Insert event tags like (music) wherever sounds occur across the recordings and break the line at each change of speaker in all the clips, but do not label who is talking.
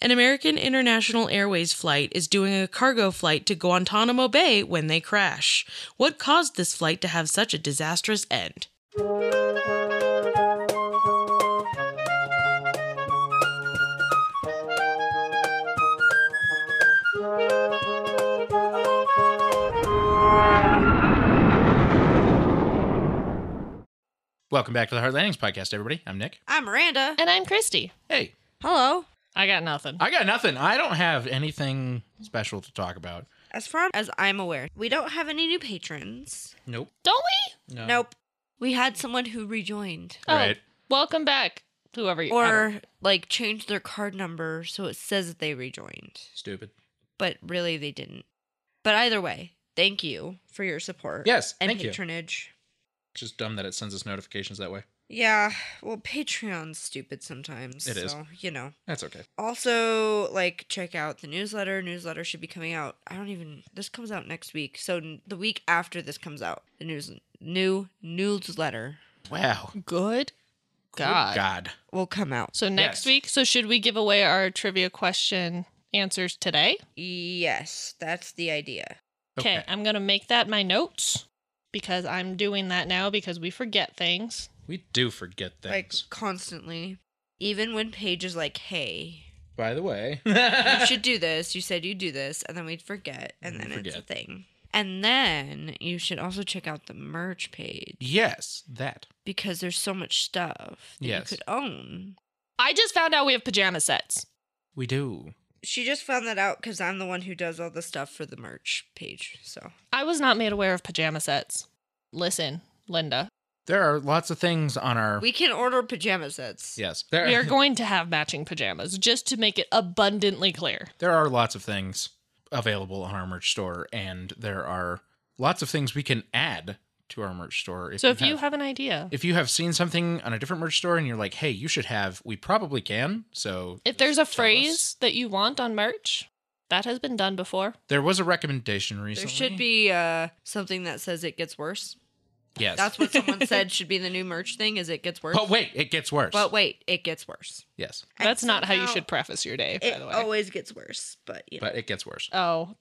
An American International Airways flight is doing a cargo flight to Guantanamo Bay when they crash. What caused this flight to have such a disastrous end?
Welcome back to the Hard Landings podcast, everybody. I'm Nick.
I'm Miranda.
And I'm Christy.
Hey,
Hello.
I got nothing.
I got nothing. I don't have anything special to talk about.
As far as I'm aware, we don't have any new patrons.
Nope.
Don't we?
No.
Nope. We had someone who rejoined
Oh,
Right.
Welcome back, whoever you I don't-
or like changed their card number so it says that they rejoined,
Stupid.
but really they didn't. But either way, thank you for your support.
Yes,
And
thank you.
patronage.
It's just dumb that it sends us notifications that way.
Yeah, well, Patreon's stupid sometimes.
It is.
so, you know.
That's okay.
Also, like, check out the newsletter. Newsletter should be coming out. I don't even. This comes out next week, so n- the week after this comes out, the news new newsletter
Wow.
Good
Good
God.
God.
will come out.
So next
Yes.
week, so should we give away our trivia question answers today?
Yes, that's the idea.
Okay, I'm going to make that my notes because I'm doing that now because we forget things.
We do forget things.
Like constantly, even when Paige is
(laughs)
like, "Hey,
By the
(laughs)
way.
you should do this. You said you'd do this," and then we'd forget, and
We
then it's a
Mm, forget.
thing. And then you should also check out the merch page
yes, that.
because there's so much stuff that
Yes.
you could own.
I just found out we have pajama sets.
We do.
she just found that out because I'm the one who does all the stuff for the merch page. So
I was not made aware of pajama sets. Listen, Linda,
There are lots of things on our.
we can order pajama sets.
yes. There
we
(laughs)
are going to have matching pajamas just to make it abundantly clear.
there are lots of things available on our merch store, and there are lots of things we can add to our merch store.
so if you have an idea,
if you have seen something on a different merch store and you're like, "Hey, you should have," we probably can. So
if there's a
just tell us.
phrase that you want on merch, that has been done before.
there was a recommendation
There
recently.
should be uh, something that says it gets worse.
Yes,
That's what someone said should be the new merch thing. Is it gets
(laughs)
worse?
But wait, it gets worse.
But wait, it gets worse.
yes,
And
That's not how you
somehow
should preface your day, by
It
the way.
always gets worse, but you know.
but it gets worse.
oh,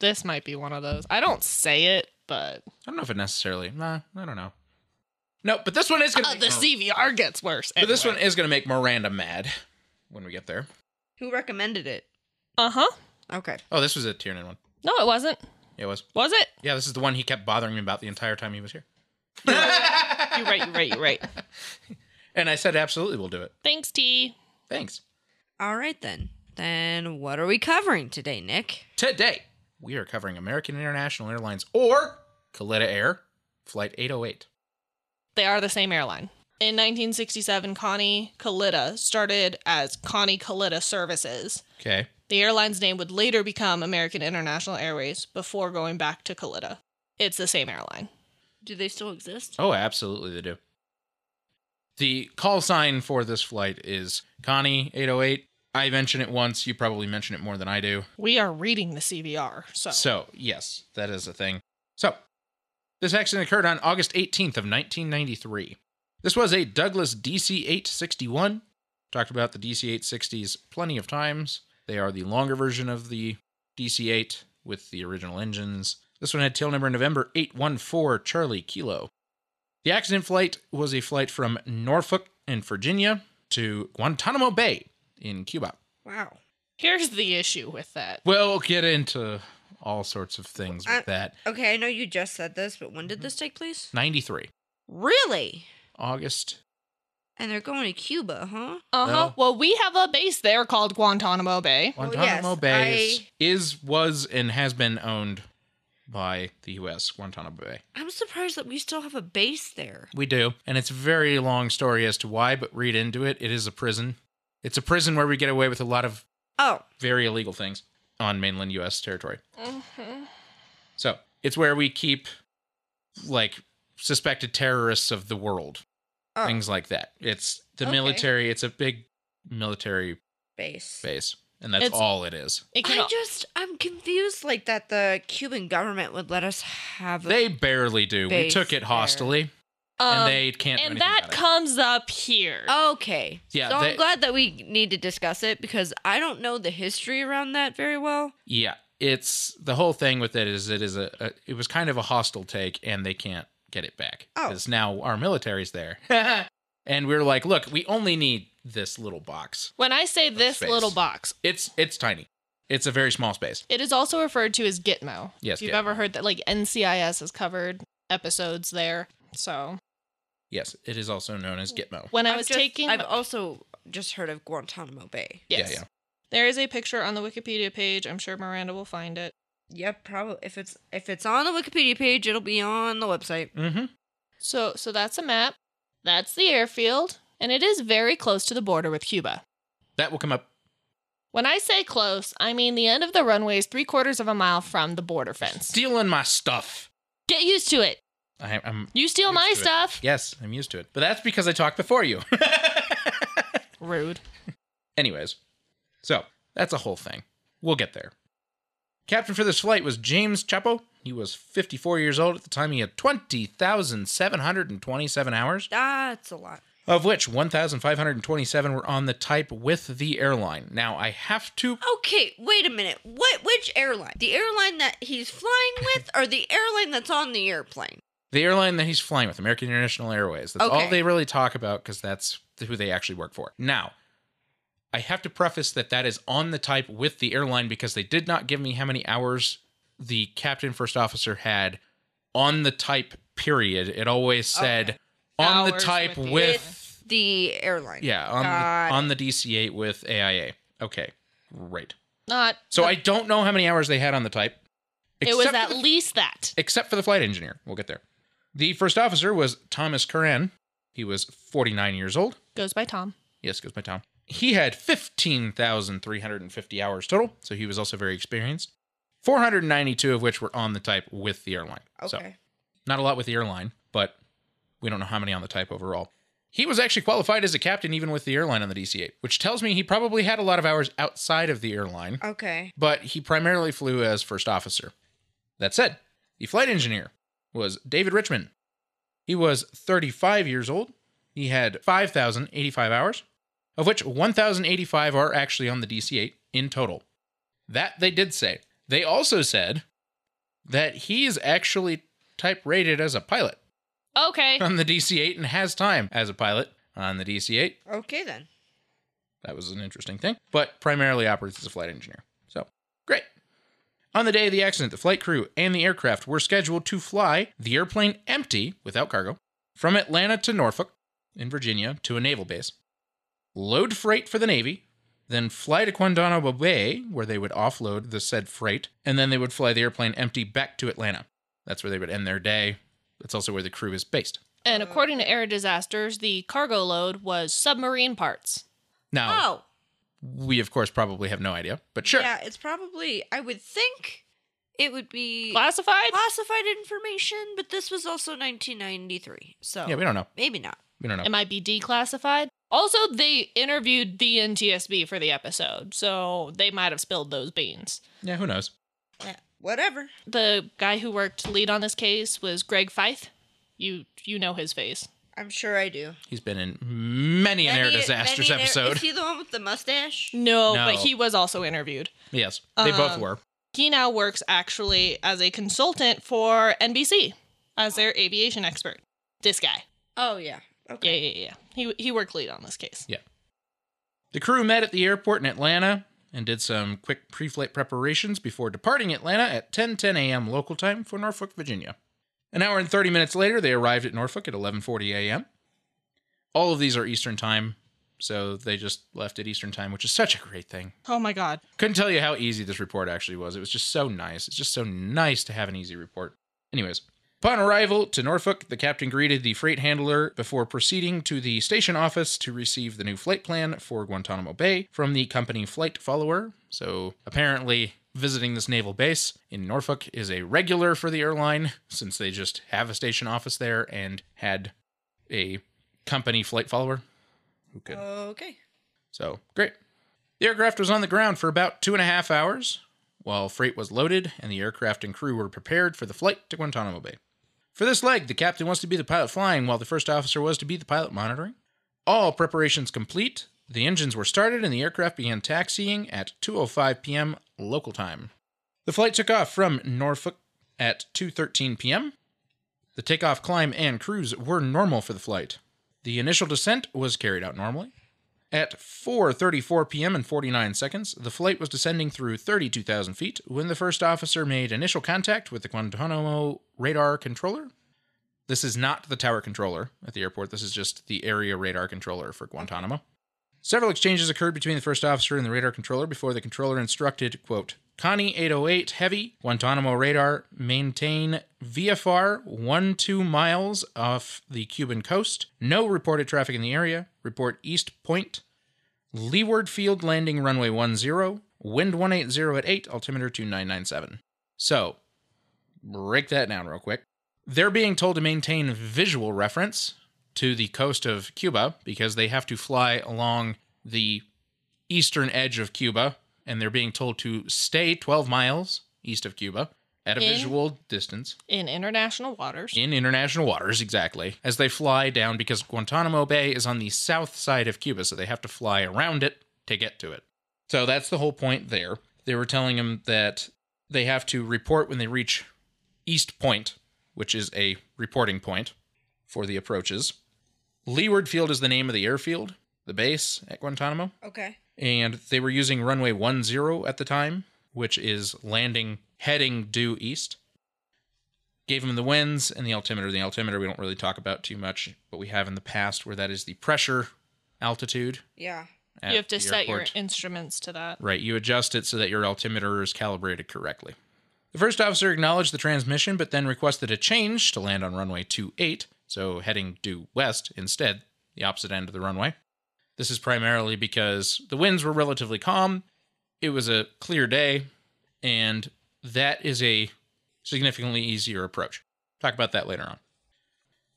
this might be one of those. I don't say it, but
I don't know if it necessarily. Nah, I don't know. No, but this one is gonna.
Oh,
make-
the CVR gets worse.
but this one
anyway.
is gonna make Miranda mad when we get there.
who recommended it?
Uh-huh.
Okay.
Oh, this was a Tiernan one.
No, it wasn't.
It was.
Was it?
Yeah, this is the one he kept bothering me about the entire time he was here.
You're right, you're right, you're right.
(laughs) And I said, absolutely, we'll do it.
Thanks, T.
Thanks.
All right then. Then what are we covering today, Nick?
Today, we are covering American International Airlines or Coletta Air, Flight 808.
They are the same airline. In 1967, Connie Kalita started as Connie Kalita Services.
Okay.
The airline's name would later become American International Airways before going back to Kalita. It's the same airline.
Do they still exist?
Oh, absolutely, they do. The call sign for this flight is Connie 808. I mention it once. You probably mention it more than I do.
We are reading the CVR, so,
So, yes, that is a thing. So, this accident occurred on August 18th of 1993. This was a Douglas DC-861. Talked about the DC-860s plenty of times. They are the longer version of the DC-8 with the original engines. This one had tail number November 814 Charlie Kilo. The accident flight was a flight from Norfolk in Virginia to Guantanamo Bay in Cuba.
Wow.
here's the issue with that.
We'll get into all sorts of things with
I-
that.
Okay, I know you just said this, but when
Mm-hmm.
did this take place?
93.
Really?
August.
And they're going to Cuba, huh?
Uh huh.
No.
Well, we have a base there called Guantanamo Bay.
Well,
Guantanamo
yes,
Bay is- is, was, and has been owned by the U.S. Guantanamo Bay.
I'm surprised that we still have a base there.
We do, and it's a very long story as to why, but read into it. It is a prison. It's a prison where we get away with a lot of
Oh,
very illegal things on mainland U.S. territory.
Mm-hmm.
So it's where we keep like suspected terrorists of the world,
oh
things like that. It's the
Okay.
military. It's a big military
base.
base, and that's
It's-
all it is.
It can
I just I'm confused like that the Cuban government would let us have a
They barely do. We
Base
took it
there.
hostily.
Um,
and they can't. do
and
anything
that
about it.
comes up here.
Oh. Okay.
Yeah,
So
they-
I'm glad that we need to discuss it because I don't know the history around that very well.
Yeah, it's the whole thing with it is it is a, a it was kind of a hostile take, and they can't get it back
Oh.
because now our military's there, (laughs) and we're like, look, we only need this little box.
when I say this
space.
little box,
It's it's tiny. It's a very small space.
it is also referred to as Gitmo.
Yes,
If you've
Gitmo.
ever heard that, like NCIS has covered episodes there. So
Yes, it is also known as Gitmo.
when I
I've
was
just-
taking,
I've also just heard of Guantanamo Bay.
yes,
Yeah, yeah.
there is a picture on the Wikipedia page. I'm sure Miranda will find it.
Yep, probably if it's if it's on the Wikipedia page, it'll be on the website.
Mm-hmm.
So, so that's a map. That's the airfield, and it is very close to the border with Cuba.
That will come up.
When I say close, I mean the end of the runway is three quarters of a mile from the border fence.
Stealing my stuff.
Get used to it.
I, I'm
You steal
Used
my
to it.
stuff.
yes, I'm used to it, but that's because I talked before you. (laughs)
Rude.
Anyways, so that's a whole thing. We'll get there. Captain for this flight was James Chapo. He was 54 years old at the time. He had 20,727 hours,
That's a lot.
of which 1,527 were on the type with the airline. Now, I have to.
Okay, wait a minute. What which airline? The airline that he's flying with or the airline that's on the airplane?
The airline that he's flying with, American International Airways, that's all
Okay.
they really talk about because that's who they actually work for. Now, I have to preface that that is on the type with the airline because they did not give me how many hours the captain first officer had on the type period. It always said on the
Hours
type
with
with,
the-
The airline.
yeah, on
Got
the, on the DC8 with AIA. Okay. Right.
Not.
So I don't know how many hours they had on the type.
It was
except
at
for the-
least that.
except for the flight engineer. We'll get there. The first officer was Thomas Curran. He was 49 years old.
Goes by Tom.
Yes, goes my Tom. He had 15,350 hours total, so he was also very experienced. 492 of which were on the type with the airline. So
Okay.
not a lot with the airline, but we don't know how many on the type overall. He was actually qualified as a captain even with the airline on the DC 8, which tells me he probably had a lot of hours outside of the airline
okay.
but he primarily flew as first officer. That said, the flight engineer was David Richmond. He was 35 years old. He had 5,085 hours, of which 1,085 are actually on the DC 8 in total. That they did say. They also said that he is actually type rated as a pilot
Okay.
on the DC 8 and has time as a pilot on the DC 8.
Okay then.
That was an interesting thing, but primarily operates as a flight engineer. So, great. On the day of the accident, the flight crew and the aircraft were scheduled to fly the airplane empty without cargo from Atlanta to Norfolk in Virginia to a naval base, load freight for the Navy, then fly to Guantanamo Bay where they would offload the said freight, and then they would fly the airplane empty back to Atlanta. That's where they would end their day. That's also where the crew is based.
And according to Air Disasters, the cargo load was submarine parts.
Now,
Oh.
we of course probably have no idea, but sure.
Yeah, it's probably I would think it would be
Classified?
classified information, but this was also 1993. So
yeah we don't know.
maybe not.
We don't know.
It might be declassified. Also, they interviewed the NTSB for the episode, so they might have spilled those beans.
Yeah, who knows?
Whatever.
The guy who worked lead on this case was Greg Feith. You you know his face.
I'm sure I do.
He's been in many an air
Many-
disasters
many an air-
episode.
Is he the one with the mustache?
No,
No.
but he was also interviewed.
yes, they both
Um,
were.
He now works actually as a consultant for NBC as their aviation expert. This guy.
Oh yeah.
Yeah,
Okay.
yeah, yeah. He he worked lead on this case.
The crew met at the airport in Atlanta and did some quick pre-flight preparations before departing Atlanta at 10:10 a.m. local time for Norfolk, Virginia. An hour and 30 minutes later, they arrived at Norfolk at 11:40 a.m. All of these are Eastern time, so they just left at Eastern time, which is such a great thing.
Oh my god.
Couldn't tell you how easy this report actually was. It was just so nice. It's just so nice to have an easy report. Anyways, upon arrival to Norfolk, the captain greeted the freight handler before proceeding to the station office to receive the new flight plan for Guantanamo Bay from the company flight follower. So apparently, visiting this naval base in Norfolk is a regular for the airline since they just have a station office there and had a company flight follower. Who could
Okay.
so great. The aircraft was on the ground for about two and a half hours while freight was loaded and the aircraft and crew were prepared for the flight to Guantanamo Bay. For this leg, the captain was to be the pilot flying, while the first officer was to be the pilot monitoring. All preparations complete, the engines were started, and the aircraft began taxiing at 2:05 p.m. local time. The flight took off from Norfolk at 2:13 p.m. The takeoff, climb, and cruise were normal for the flight. The initial descent was carried out normally. At 4:34 p.m. and 49 seconds, the flight was descending through 32,000 feet when the first officer made initial contact with the Guantanamo radar controller. This is not the tower controller at the airport. This is just the area radar controller for Guantanamo. Several exchanges occurred between the first officer and the radar controller before the controller instructed, quote, Connie 808 Heavy, Guantanamo radar, maintain VFR 1 2 miles off the Cuban coast. No reported traffic in the area. Report East Point. Leeward field landing runway 10, wind 180 at 8, altimeter 2997. So, break that down real quick. They're being told to maintain visual reference to the coast of Cuba because they have to fly along the eastern edge of Cuba and they're being told to stay 12 miles east of Cuba at a
In-
visual distance
in international waters.
in international waters, exactly, as they fly down because Guantanamo Bay is on the south side of Cuba, so they have to fly around it to get to it. So that's the whole point there. They were telling them that they have to report when they reach East Point, which is a reporting point for the approaches. Leeward Field is the name of the airfield, the base at Guantanamo
Okay.
and they were using runway 10 at the time, which is landing heading due east. Gave them the winds and the altimeter. The altimeter we don't really talk about too much, but we have in the past where that is the pressure altitude.
Yeah.
At
you have to
the
set your
airport.
instruments to that.
Right, you adjust it so that your altimeter is calibrated correctly. The first officer acknowledged the transmission, but then requested a change to land on runway 28, so heading due west instead, the opposite end of the runway. This is primarily because the winds were relatively calm, it was a clear day, and that is a significantly easier approach. Talk about that later on.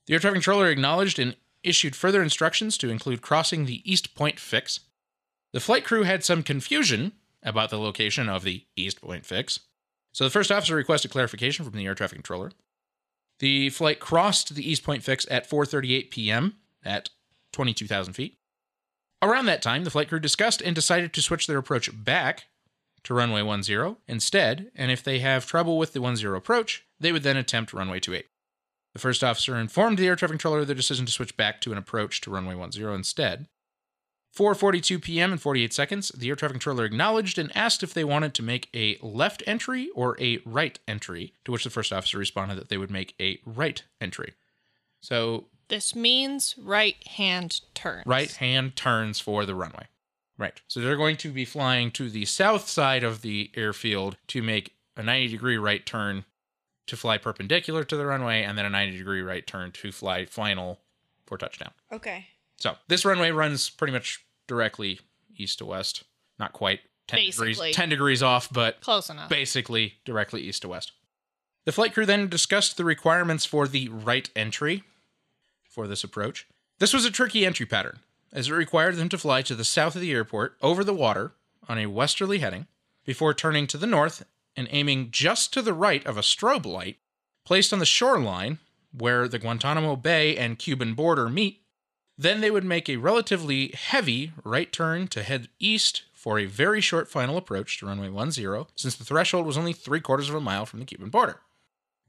The air traffic controller acknowledged and issued further instructions to include crossing the East Point fix, the flight crew had some confusion about the location of the East Point fix, so the first officer requested clarification from the air traffic controller. The flight crossed the East Point fix at 4:38 p.m. at 22,000 feet. Around that time, the flight crew discussed and decided to switch their approach back to runway 10 instead, and if they have trouble with the 10 approach, they would then attempt runway 28. The first officer informed the air traffic controller of their decision to switch back to an approach to runway 10 instead. 4:42 p.m. and 48 seconds, the air traffic controller acknowledged and asked if they wanted to make a left entry or a right entry, to which the first officer responded that they would make a right entry. So,
This means right hand turn.
right hand turns for the runway. Right. So they're going to be flying to the south side of the airfield to make a 90 degree right turn to fly perpendicular to the runway and then a 90 degree right turn to fly final for touchdown.
Okay.
So this runway runs pretty much directly east to west. Not quite ten
Basically.
degrees ten degrees off, but
Close enough.
basically directly east to west. The flight crew then discussed the requirements for the right entry for this approach. This was a tricky entry pattern, as it required them to fly to the south of the airport over the water on a westerly heading before turning to the north and aiming just to the right of a strobe light placed on the shoreline where the Guantanamo Bay and Cuban border meet. Then they would make a relatively heavy right turn to head east for a very short final approach to runway 10, since the threshold was only three quarters of a mile from the Cuban border.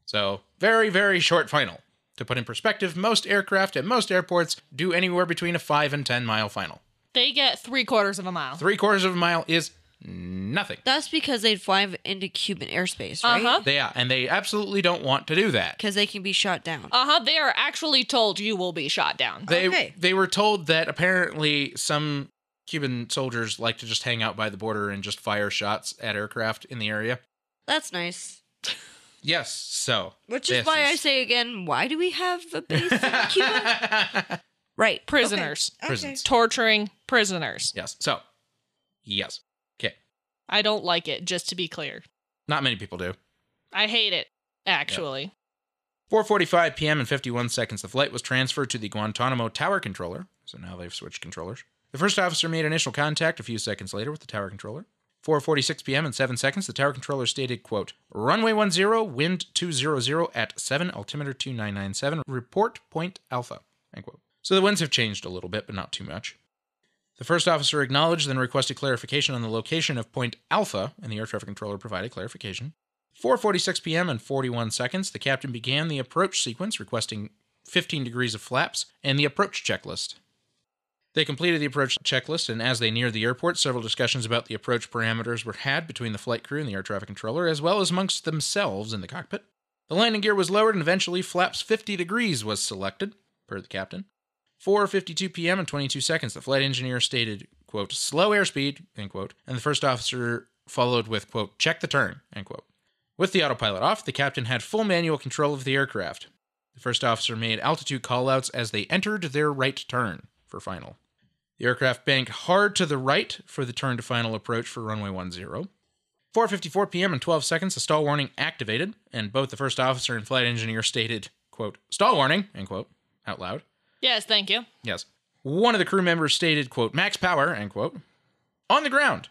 So, very, very short final. To put in perspective, most aircraft at most airports do anywhere between a 5 and 10 mile final.
They get three quarters of a mile.
Three quarters of a mile is nothing.
That's because they'd fly into Cuban airspace, right?
Uh-huh.
They, yeah, and they absolutely don't want to do that.
Because they can be shot down.
Uh huh. They are actually told you will be shot down.
They
Okay.
they were told that apparently some Cuban soldiers like to just hang out by the border and just fire shots at aircraft in the area.
That's nice.
Yes, so
Which is
this
why I say again, why do we have a
(laughs)
base in Cuba? Right.
Prisoners.
Okay.
Prisons.
Torturing prisoners.
(laughs) yes, so yes,
I don't like it, just to be clear.
not many people do.
I hate it, actually.
4:45 p.m. and 51 seconds. The flight was transferred to the Guantanamo Tower controller. So now they've switched controllers. The first officer made initial contact a few seconds later with the tower controller. 4:46 p.m. and 7 seconds, the tower controller stated, quote, "Runway 10, wind 200 at 7, altimeter 2997, report point alpha." End quote. So the winds have changed a little bit, but not too much. The first officer acknowledged, then requested clarification on the location of point alpha, and the air traffic controller provided clarification. 4:46 p.m. and 41 seconds, the captain began the approach sequence, requesting 15 degrees of flaps and the approach checklist. They completed the approach checklist, and as they neared the airport, several discussions about the approach parameters were had between the flight crew and the air traffic controller, as well as amongst themselves in the cockpit. The landing gear was lowered, and eventually flaps 50 degrees was selected, per the captain. 4:52 p.m. and 22 seconds, the flight engineer stated, quote, "Slow airspeed," end quote, and the first officer followed with, quote, "Check the turn," end quote. With the autopilot off, the captain had full manual control of the aircraft. The first officer made altitude callouts as they entered their right turn for final. The aircraft banked hard to the right for the turn to final approach for runway 10. 4:54 p.m. and 12 seconds, the stall warning activated, and both the first officer and flight engineer stated, quote, "Stall warning," end quote, out loud.
Yes, thank you.
Yes. One of the crew members stated, quote, max power, end quote, on the ground.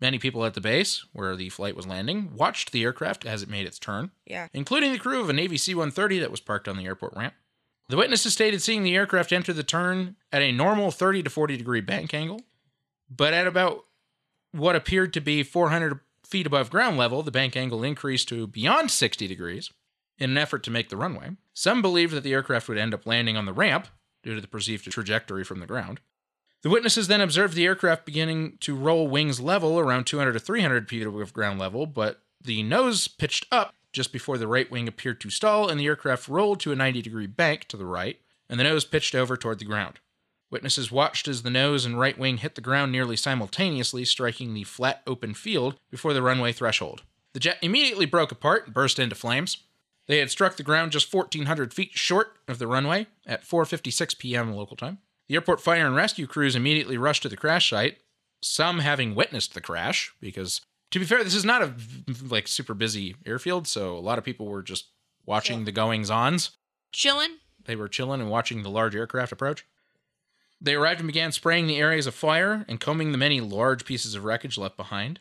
Many people at the base, where the flight was landing, watched the aircraft as it made its turn,
Yeah.
including the crew of a Navy C 130 that was parked on the airport ramp. The witnesses stated seeing the aircraft enter the turn at a normal 30 to 40 degree bank angle, but at about what appeared to be 400 feet above ground level, the bank angle increased to beyond 60 degrees in an effort to make the runway. Some believed that the aircraft would end up landing on the ramp due to the perceived trajectory from the ground. The witnesses then observed the aircraft beginning to roll wings level around 200 to 300 feet above ground level, but the nose pitched up just before the right wing appeared to stall, and the aircraft rolled to a 90 degree bank to the right, and the nose pitched over toward the ground. Witnesses watched as the nose and right wing hit the ground nearly simultaneously, striking the flat open field before the runway threshold. The jet immediately broke apart and burst into flames. They had struck the ground just 1,400 feet short of the runway at 4:56 p.m. local time. The airport fire and rescue crews immediately rushed to the crash site, some having witnessed the crash because, to be fair, this is not a like super busy airfield, so a lot of people were just watching the goings-ons.
Chilling.
They were chilling and watching the large aircraft approach. They arrived and began spraying the areas of fire and combing the many large pieces of wreckage left behind.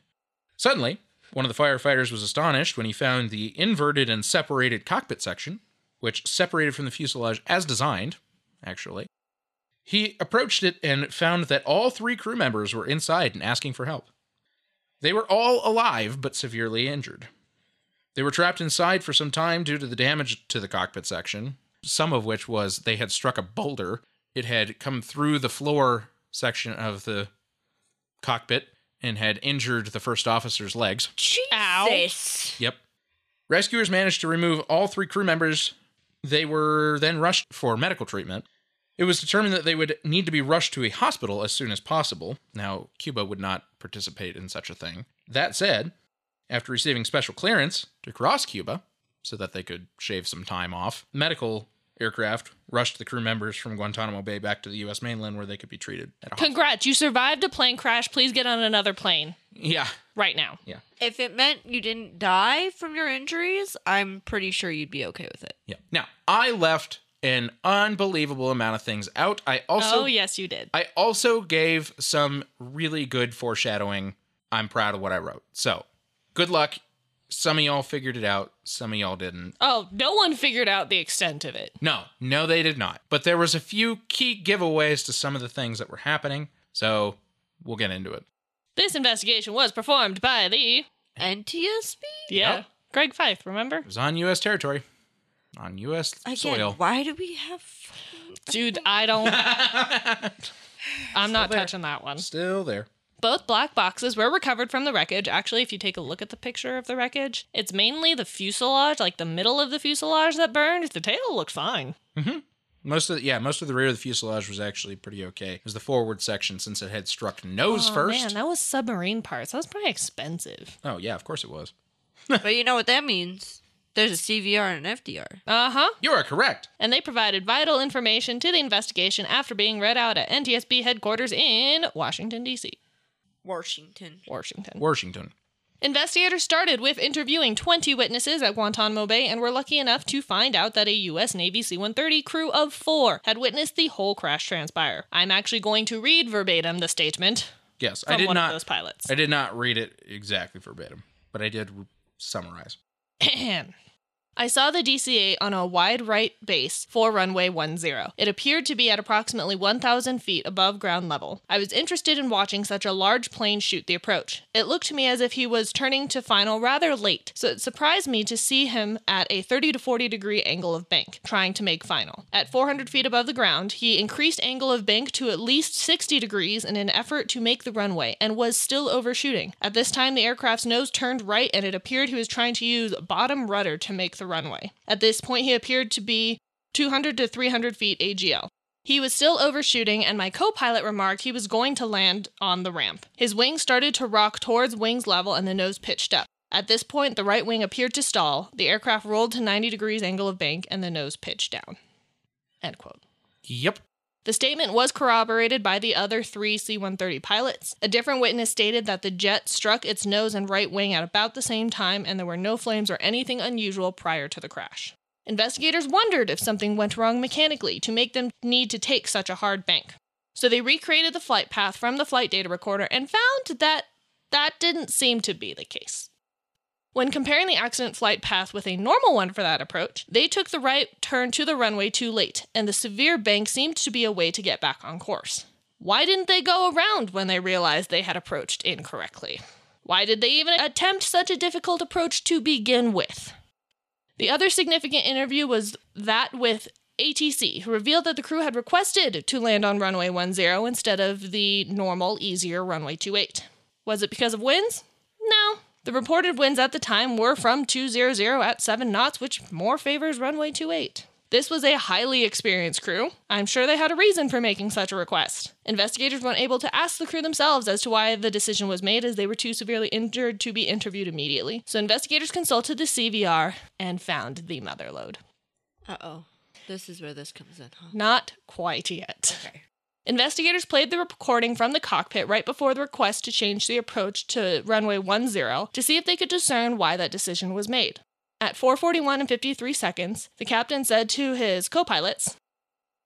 Suddenly, one of the firefighters was astonished when he found the inverted and separated cockpit section, which separated from the fuselage as designed, actually. He approached it and found that all three crew members were inside and asking for help. They were all alive but severely injured. They were trapped inside for some time due to the damage to the cockpit section, some of which was they had struck a boulder. It had come through the floor section of the cockpit and had injured the first officer's legs.
Jesus.
Yep. Rescuers managed to remove all three crew members. They were then rushed for medical treatment. It was determined that they would need to be rushed to a hospital as soon as possible. Now, Cuba would not participate in such a thing. That said, after receiving special clearance to cross Cuba so that they could shave some time off, medical aircraft rushed the crew members from Guantanamo Bay back to the U.S. mainland where they could be treated at a hospital.
Congrats, you survived a plane crash. Please get on another plane
Yeah.
right now.
If it meant you didn't die from your injuries, I'm pretty sure you'd be okay with it.
Yeah. Now, I left an unbelievable amount of things out. I also
oh, yes, you did.
I also gave some really good foreshadowing. I'm proud of what I wrote. So, good luck. Some of y'all figured it out, some of y'all didn't.
Oh, no one figured out the extent of it.
No, no they did not. But there was a few key giveaways to some of the things that were happening. So, we'll get into it.
This investigation was performed by the
NTSB?
yeah,
Yep.
Greg Fife. Remember,
It was on US territory. On US
Again,
soil.
why do
(laughs)
we have fucking-
dude, I don't. I'm not touching that one.
Still there.
Both black boxes were recovered from the wreckage. Actually, if you take a look at the picture of the wreckage, it's mainly the fuselage, like the middle of the fuselage that burned. The tail looked fine.
Most of the, yeah, most of the rear of the fuselage was actually pretty okay. It was the forward section since it had struck nose
oh,
first.
Man, that was submarine parts. That was pretty expensive.
Oh yeah, of course it was.
But you know what that means? There's a CVR and an FDR.
Uh huh.
You are correct.
And they provided vital information to the investigation after being read out at NTSB headquarters in Washington, D.C.
Washington.
Washington.
Washington.
Investigators started with interviewing 20 witnesses at Guantanamo Bay and were lucky enough to find out that a U.S. Navy C 130 crew of four had witnessed the whole crash transpire. I'm actually going to read verbatim the statement.
Yes,
from
I did
one
not.
of those pilots.
I did not read it exactly verbatim, but I did summarize.
Ahem. I saw the DCA on a wide right base for runway 10. It appeared to be at approximately 1,000 feet above ground level. I was interested in watching such a large plane shoot the approach. It looked to me as if he was turning to final rather late, so it surprised me to see him at a 30 to 40 degree angle of bank, trying to make final. At 400 feet above the ground, he increased angle of bank to at least 60 degrees in an effort to make the runway and was still overshooting. At this time, the aircraft's nose turned right and it appeared he was trying to use bottom rudder to make the runway. At this point, he appeared to be 200 to 300 feet AGL. He was still overshooting, and my co pilot remarked he was going to land on the ramp. His wings started to rock towards wings level and the nose pitched up. At this point, the right wing appeared to stall, the aircraft rolled to 90 degrees angle of bank, and the nose pitched down. End quote.
Yep.
The statement was corroborated by the other three C 130 pilots. A different witness stated that the jet struck its nose and right wing at about the same time, and there were no flames or anything unusual prior to the crash. Investigators wondered if something went wrong mechanically to make them need to take such a hard bank. So they recreated the flight path from the flight data recorder and found that that didn't seem to be the case. When comparing the accident flight path with a normal one for that approach, they took the right turn to the runway too late, and the severe bank seemed to be a way to get back on course. Why didn't they go around when they realized they had approached incorrectly? Why did they even attempt such a difficult approach to begin with? The other significant interview was that with ATC, who revealed that the crew had requested to land on runway 10 instead of the normal, easier runway 28. Was it because of winds? No. The reported winds at the time were from 200 at 7 knots, which more favors runway 28. This was a highly experienced crew. I'm sure they had a reason for making such a request. Investigators weren't able to ask the crew themselves as to why the decision was made, as they were too severely injured to be interviewed immediately. So investigators consulted the CVR and found the mother lode.
Uh oh. This is where this comes in, huh?
Not quite yet.
Okay.
Investigators played the recording from the cockpit right before the request to change the approach to runway 10 to see if they could discern why that decision was made. At 4:41 and 53 seconds, the captain said to his co-pilots,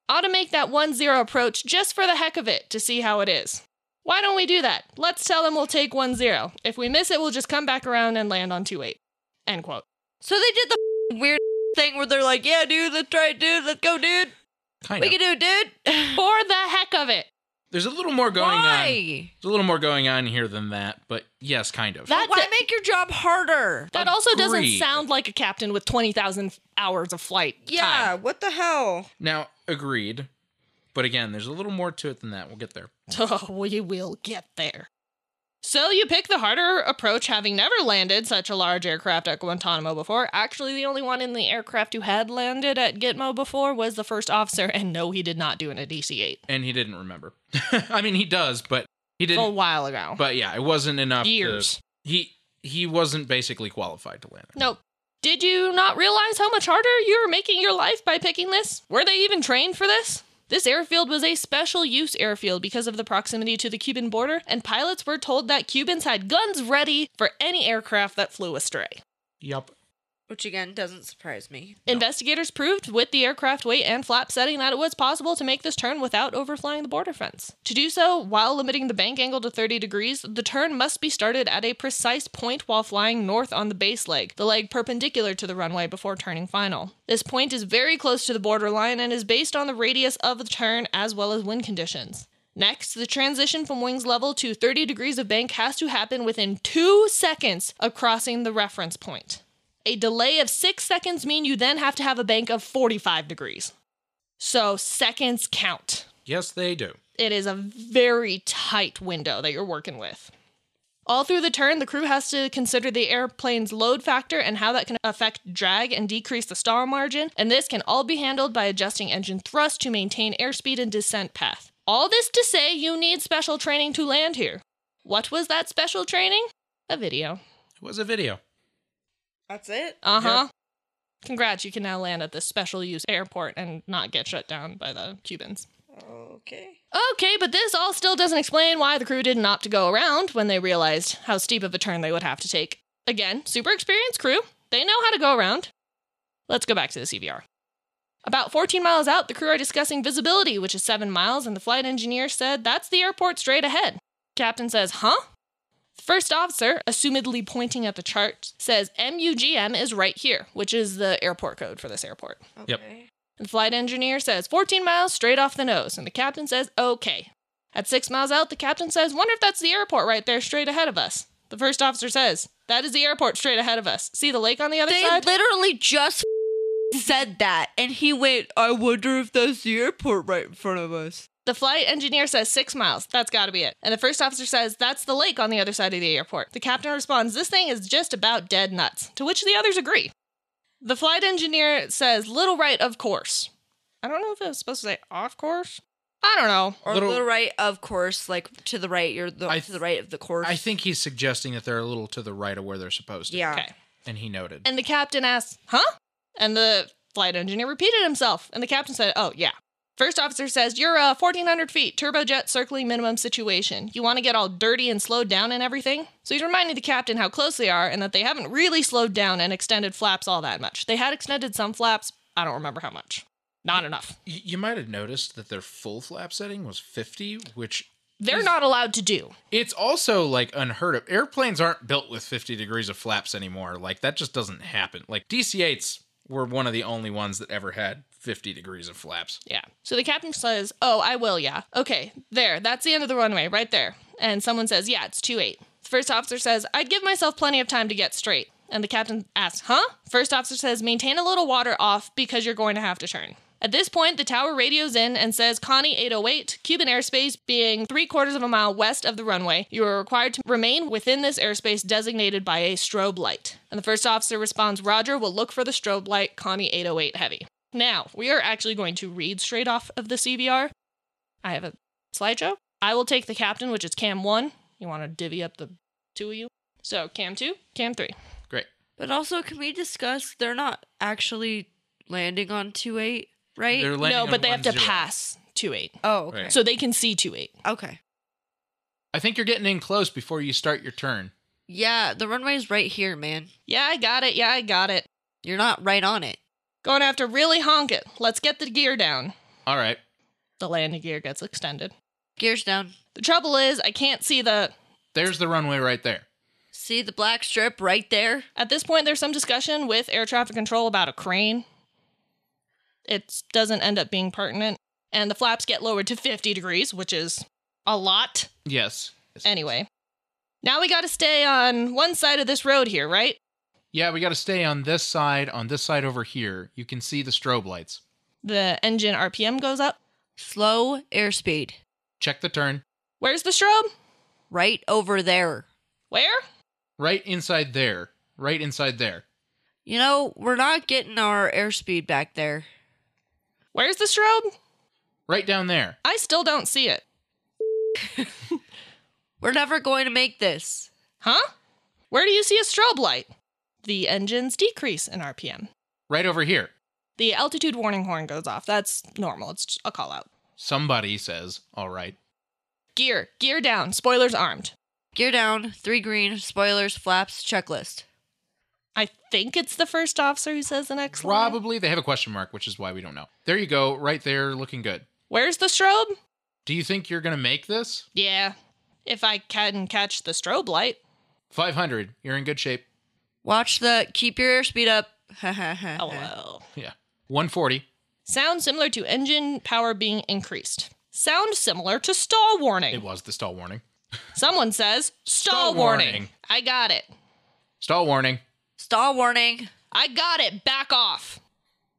"Ought to make that 10 approach just for the heck of it to see how it is. Why don't we do that? Let's tell them we'll take 10. If we miss it, we'll just come back around and land on 28." End quote.
So they did the (laughs) weird thing where they're like, yeah, dude, let's try it, dude. Let's go, dude.
Kind
We
of.
can do it, dude.
For the heck of it.
There's a little more going um, on. There's
Why?
a little more going on here than that, but yes, kind of.
That
Why make your job harder?
That also doesn't
Agreed.
sound like a captain with 20,000 hours of flight.
Yeah,
time.
what the hell?
now, agreed. But again, there's a little more to it than that. We'll get there.
(laughs) Oh, we will get there. So you pick the harder approach, having never landed such a large aircraft at Guantanamo before. Actually, the only one in the aircraft who had landed at Gitmo before was the first officer, and no, he did not do it in a DC 8.
And he didn't remember. (laughs) I mean, he does, but he
A
Oh.
didn't.
while ago.
But yeah, it wasn't enough. to-
Years.
he he wasn't basically qualified to land. it.
Nope. Did you not realize how much harder you were making your life by picking this? Were they even trained for this? This airfield was a special use airfield because of the proximity to the Cuban border, and pilots were told that Cubans had guns ready for any aircraft that flew astray.
Yup.
Which again doesn't surprise me.
Investigators proved with the aircraft weight and flap setting that it was possible to make this turn without overflying the border fence. To do so, while limiting the bank angle to 30 degrees, the turn must be started at a precise point while flying north on the base leg, the leg perpendicular to the runway before turning final. This point is very close to the borderline and is based on the radius of the turn as well as wind conditions. Next, the transition from wings level to 30 degrees of bank has to happen within two seconds of crossing the reference point. A delay of six seconds mean you then have to have a bank of 45 degrees. So seconds count.
Yes, they do.
It is a very tight window that you're working with. All through the turn, the crew has to consider the airplane's load factor and how that can affect drag and decrease the stall margin, and this can all be handled by adjusting engine thrust to maintain airspeed and descent path. All this to say you need special training to land here. What was that special training? A video.
It was a video.
That's it?
Uh huh. Congrats, you can now land at this special use airport and not get shut down by the Cubans.
Okay.
Okay, but this all still doesn't explain why the crew didn't opt to go around when they realized how steep of a turn they would have to take. Again, super experienced crew. They know how to go around. Let's go back to the CVR. About 14 miles out, the crew are discussing visibility, which is 7 miles, and the flight engineer said that's the airport straight ahead. Captain says, Huh? The first officer, assumedly pointing at the chart, says MUGM is right here, which is the airport code for this airport.
Yep.
Okay.
The flight engineer says 14 miles straight off the nose, and the captain says, okay. At six miles out, the captain says, wonder if that's the airport right there straight ahead of us. The first officer says, that is the airport straight ahead of us. See the lake on the other
They
side?
literally just (laughs) said that, and he went, I wonder if that's the airport right in front of us.
the flight engineer says, six miles. That's gotta be it. And the first officer says, that's the lake on the other side of the airport. The captain responds, this thing is just about dead nuts, to which the others agree. The flight engineer says, little right, of course. I don't know if it was supposed to say off course. I don't know.
Or
Little-
little, right, of course, like to the right, you're the,
I
to the right of the course.
I think he's suggesting that they're a little to the right of where they're supposed to. be,
yeah.
Okay.
And he noted.
And the captain asks, Huh? And the flight engineer repeated himself. And the captain said, Oh, yeah. First officer says, You're uh, 1,400 feet, turbojet circling minimum situation. You want to get all dirty and slowed down and everything? So he's reminding the captain how close they are and that they haven't really slowed down and extended flaps all that much. They had extended some flaps, I don't remember how much. Not enough.
Y- you might have noticed that their full flap setting was 50, which
They're not allowed to do.
it's also like unheard of. Airplanes aren't built with 50 degrees of flaps anymore. Like that just doesn't happen. Like DC-8s were one of the only ones that ever had 50 degrees of flaps.
Yeah. So the captain says, Oh, I will, yeah. Okay, there. That's the end of the runway, right there. And someone says, Yeah, it's 2 8. The first officer says, I'd give myself plenty of time to get straight. And the captain asks, Huh? First officer says, Maintain a little water off because you're going to have to turn. At this point, the tower radios in and says, Connie 808, Cuban airspace being three quarters of a mile west of the runway. You are required to remain within this airspace designated by a strobe light. And the first officer responds, Roger, will look for the strobe light, Connie 808 heavy. Now, we are actually going to read straight off of the CBR. I have a slideshow. I will take the captain, which is cam one. You want to divvy up the two of you? So, cam two, cam three.
Great.
But also, can we discuss they're not actually landing on 2 8, right?
They're landing
No,
on
but they have to
1-0.
pass two eight.
oh, okay.
Right.
So they can see two eight.
Okay.
I think you're getting in close before you start your turn.
Yeah, the runway is right here, man.
Yeah, I got it. Yeah, I got it.
You're not right on it.
Going to have to really honk it. Let's get the gear down.
All right.
The landing gear gets extended.
Gears down.
The trouble is, I can't see the.
There's the runway right there.
See the black strip right there?
At this point, there's some discussion with air traffic control about a crane. It doesn't end up being pertinent. And the flaps get lowered to 50 degrees, which is a lot.
Yes.
Anyway, now we gotta stay on one side of this road here, right?
Yeah, we got to stay on this side, on this side over here. You can see the strobe lights.
The engine RPM goes up.
Slow airspeed.
Check the turn.
Where's the strobe?
Right over there.
Where?
Right inside there. Right inside there.
You know, we're not getting our airspeed back there.
Where's the strobe?
Right down there.
I still don't see it.
We're never going to make this.
Huh? Where do you see a strobe light? The engines decrease in RPM.
Right over here.
The altitude warning horn goes off. That's normal. It's just a call out.
Somebody says, all right.
Gear, gear down. Spoilers armed.
Gear down, three green, spoilers, flaps, checklist.
I think it's the first officer who says the next line.
Probably they have a question mark, which is why we don't know. There you go. Right there. Looking good.
Where's the strobe?
Do you think you're going to make this?
Yeah. If I can catch the strobe light.
500. You're in good shape.
Watch the keep your airspeed up. (laughs) Ha ha ha.
Oh,
ha.
well.
Yeah. 140.
Sound similar to engine power being increased. Sound similar to stall warning.
It was the stall warning.
Someone says stall,
Stall
warning.
warning.
I got it.
Stall warning.
Stall warning,
I got it. Back off.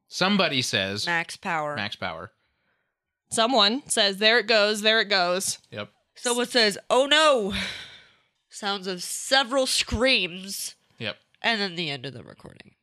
Somebody says,
max power.
max power.
Someone says there it goes, there it goes.
Yep.
Someone says, oh no! Sounds of several screams,
Yep.
and then the end of the recording.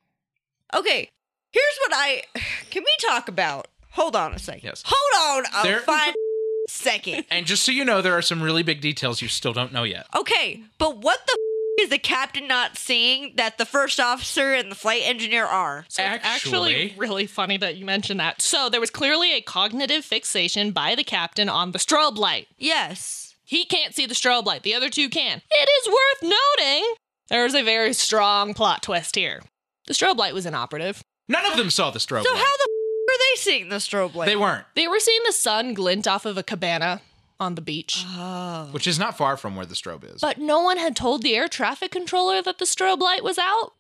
Okay, here's what I. (sighs) Can we talk about? Hold on a second.
Yes.
Hold on a
There-
fine (laughs) second.
And just so you know, there are some really big details you still don't know yet.
Okay, but what the (laughs) f- is the captain not seeing that the first officer and the flight engineer are?
So it's
Actually-
actually really funny that you mentioned that. So there was clearly a cognitive fixation by the captain on the strobe light.
Yes.
He can't see the strobe light. The other two can. It is worth noting there is a very strong plot twist here. The strobe light was inoperative.
None of them saw the strobe.
So
light.
how the f- are they seeing the strobe light?
They weren't.
They were seeing the sun glint off of a cabana on the beach.
Oh.
(laughs) which is not far from where the strobe is.
But no one had told the air traffic controller that the strobe light was out.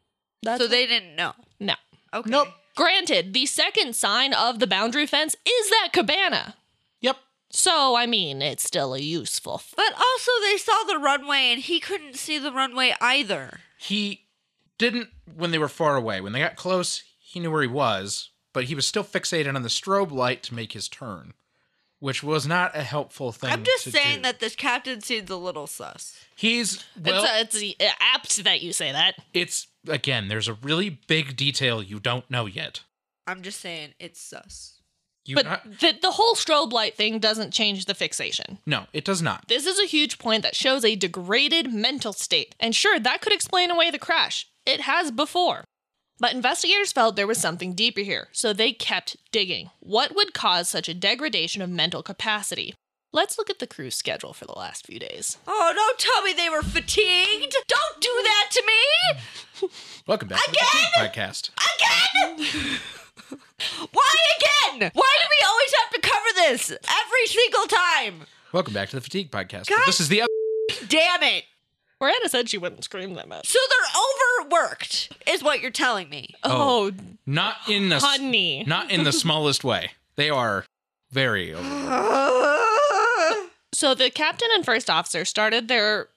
That's
so they didn't know.
no.
Okay.
Nope.
Granted, the second sign of the boundary fence is that cabana.
Yep.
So, I mean, it's still a useful. F-
But also, they saw the runway, and he couldn't see the runway either.
He didn't when they were far away. When they got close, he knew where he was, but he was still fixated on the strobe light to make his turn, which was not a helpful thing.
I'm just
to
saying
do.
that this captain seems a little sus.
he's well.
it's, uh, it's uh, apt that you say that.
it's again. There's a really big detail you don't know yet.
I'm just saying it's sus.
You
but
not,
the, the whole strobe light thing doesn't change the fixation.
no, it does not.
This is a huge point that shows a degraded mental state. And sure, that could explain away the crash. It has before. But investigators felt there was something deeper here, so they kept digging. What would cause such a degradation of mental capacity? Let's look at the crew's schedule for the last few days.
Oh, don't tell me they were fatigued. Don't do that to me
Welcome back to the Fatigue podcast.
again. (laughs) Why again? Why do we always have to cover this every single time?
Welcome back to the Fatigue podcast.
God-
This is the other.
Damn it.
Miranda said she wouldn't scream that much.
So they're overworked, is what you're telling me.
Oh,
Oh. Not in the s-
honey.
not in
(laughs)
the smallest way. They are very over.
So the captain and first officer started their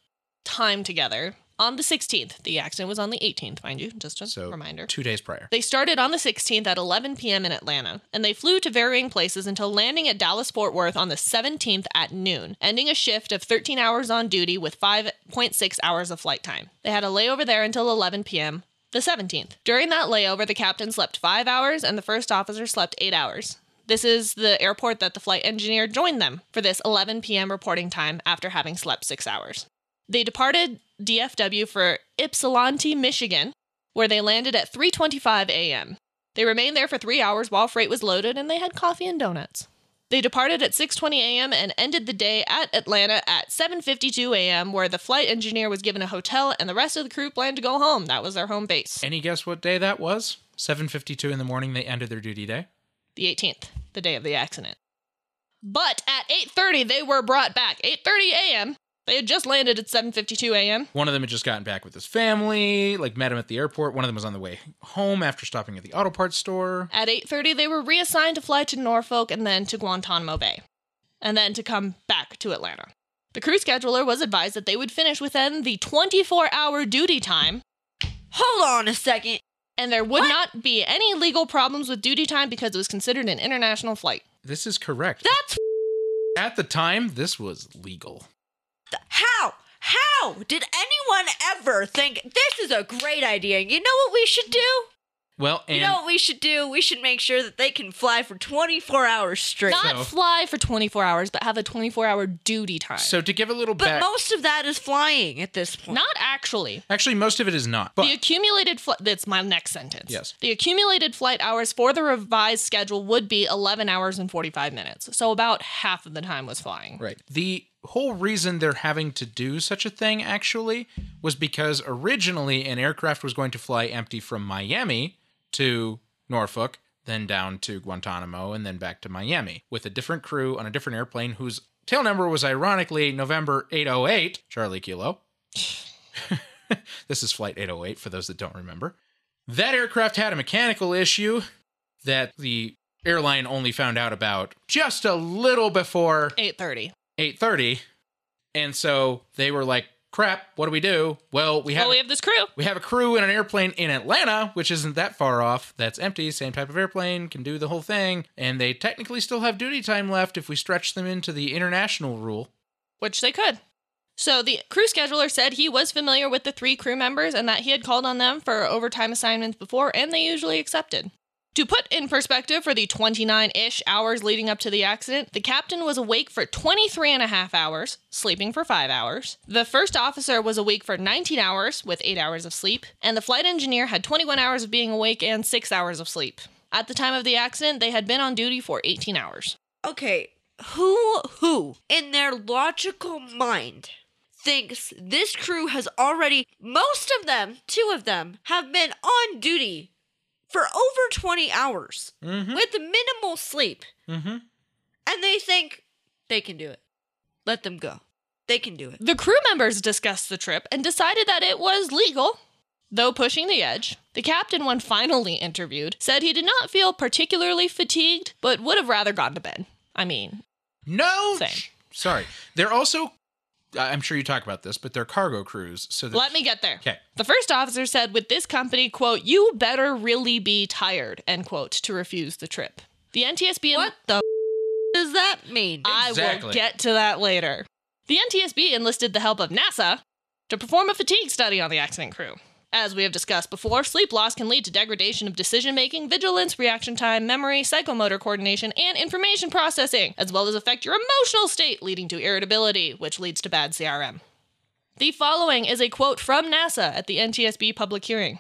time together on the 16th. The accident was on the 18th, mind you, just a
So
reminder.
two days prior.
They started on the 16th at 11 p.m. in Atlanta, and they flew to varying places until landing at Dallas Fort Worth on the 17th at noon, ending a shift of 13 hours on duty with 5.6 hours of flight time. They had a layover there until 11 p.m. the 17th. During that layover, the captain slept five hours and the first officer slept eight hours. This is the airport that the flight engineer joined them for this 11 p.m. reporting time after having slept six hours. They departed DFW for Ypsilanti, Michigan, where they landed at 3:25 a.m. They remained there for 3 hours while freight was loaded and they had coffee and donuts. They departed at 6:20 a.m. and ended the day at Atlanta at 7:52 a.m. where the flight engineer was given a hotel and the rest of the crew planned to go home. That was their home base.
Any guess what day that was? 7:52 in the morning they ended their duty day.
The 18th, the day of the accident. But at 8:30 they were brought back. 8:30 a.m. They had just landed at 7:52 a.m.
One of them had just gotten back with his family, like met him at the airport. One of them was on the way home after stopping at the auto parts store.
At 8:30 they were reassigned to fly to Norfolk and then to Guantanamo Bay and then to come back to Atlanta. The crew scheduler was advised that they would finish within the 24-hour duty time
Hold on a second.
and there would
What?
not be any legal problems with duty time because it was considered an international flight.
This is correct.
That's
At the time, this was legal.
how. How did anyone ever think this is a great idea? You know what we should do?
Well, and
you know what we should do? We should make sure that they can fly for 24 hours straight.
Not
So-
fly for 24 hours but have a 24-hour duty time.
so to give a little
but
back,
most of that is flying at this point.
not actually.
actually most of it is not. But
the accumulated flight that's my next sentence
Yes.
the accumulated flight hours for the revised schedule would be 11 hours and 45 minutes so about half of the time was flying
Right. The whole reason they're having to do such a thing actually was because originally an aircraft was going to fly empty from Miami to Norfolk, then down to Guantanamo, and then back to Miami with a different crew on a different airplane whose tail number was ironically November 808, Charlie Kilo. (laughs) this is Flight 808 for those that don't remember. That aircraft had a mechanical issue that the airline only found out about just a little before
8.30
eight thirty, and so they were like, "Crap, what do we do?" Well, we have
well we have this crew
we have a crew in an airplane in Atlanta, which isn't that far off. That's empty, same type of airplane, can do the whole thing, and they technically still have duty time left if we stretch them into the international rule.
which they could so the crew scheduler said he was familiar with the three crew members and that he had called on them for overtime assignments before and they usually accepted to put in perspective for the 29-ish hours leading up to the accident the captain was awake for 23 and a half hours sleeping for 5 hours the first officer was awake for 19 hours with 8 hours of sleep and the flight engineer had 21 hours of being awake and 6 hours of sleep at the time of the accident they had been on duty for 18 hours
okay, who who in their logical mind thinks this crew has already most of them, two of them have been on duty for over 20 hours
Hmm?
Mm-hmm.
with minimal sleep
Mm-hmm.
and they think they can do it. Let them go. They can do it.
The crew members discussed the trip and decided that it was legal, though pushing the edge. The captain, when finally interviewed, said he did not feel particularly fatigued, but would have rather gone to bed. I mean,
No.
Same.
sh- Sorry. They're also. I- I'm sure you talk about this, but they're cargo crews. So that,
let me get there.
Okay.
The first officer said, with this company, quote, you better really be tired, end quote, to refuse the trip. The NTSB and
What the does that mean?
I
Exactly.
will get to that later. The NTSB enlisted the help of NASA to perform a fatigue study on the accident crew. As we have discussed before, sleep loss can lead to degradation of decision making, vigilance, reaction time, memory, psychomotor coordination, and information processing, as well as affect your emotional state, leading to irritability, which leads to bad CRM. The following is a quote from NASA at the NTSB public hearing.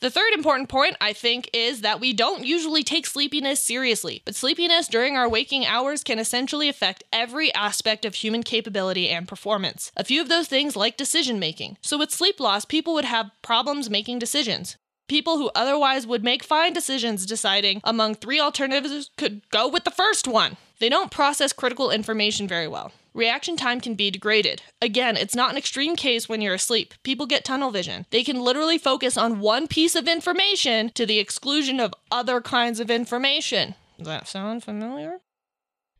The third important point, I think, is that we don't usually take sleepiness seriously, but sleepiness during our waking hours can essentially affect every aspect of human capability and performance. A few of those things, like decision making. So, with sleep loss, people would have problems making decisions. People who otherwise would make fine decisions deciding among three alternatives could go with the first one. They don't process critical information very well. Reaction time can be degraded. Again, it's not an extreme case when you're asleep. People get tunnel vision. They can literally focus on one piece of information to the exclusion of other kinds of information. Does that sound familiar?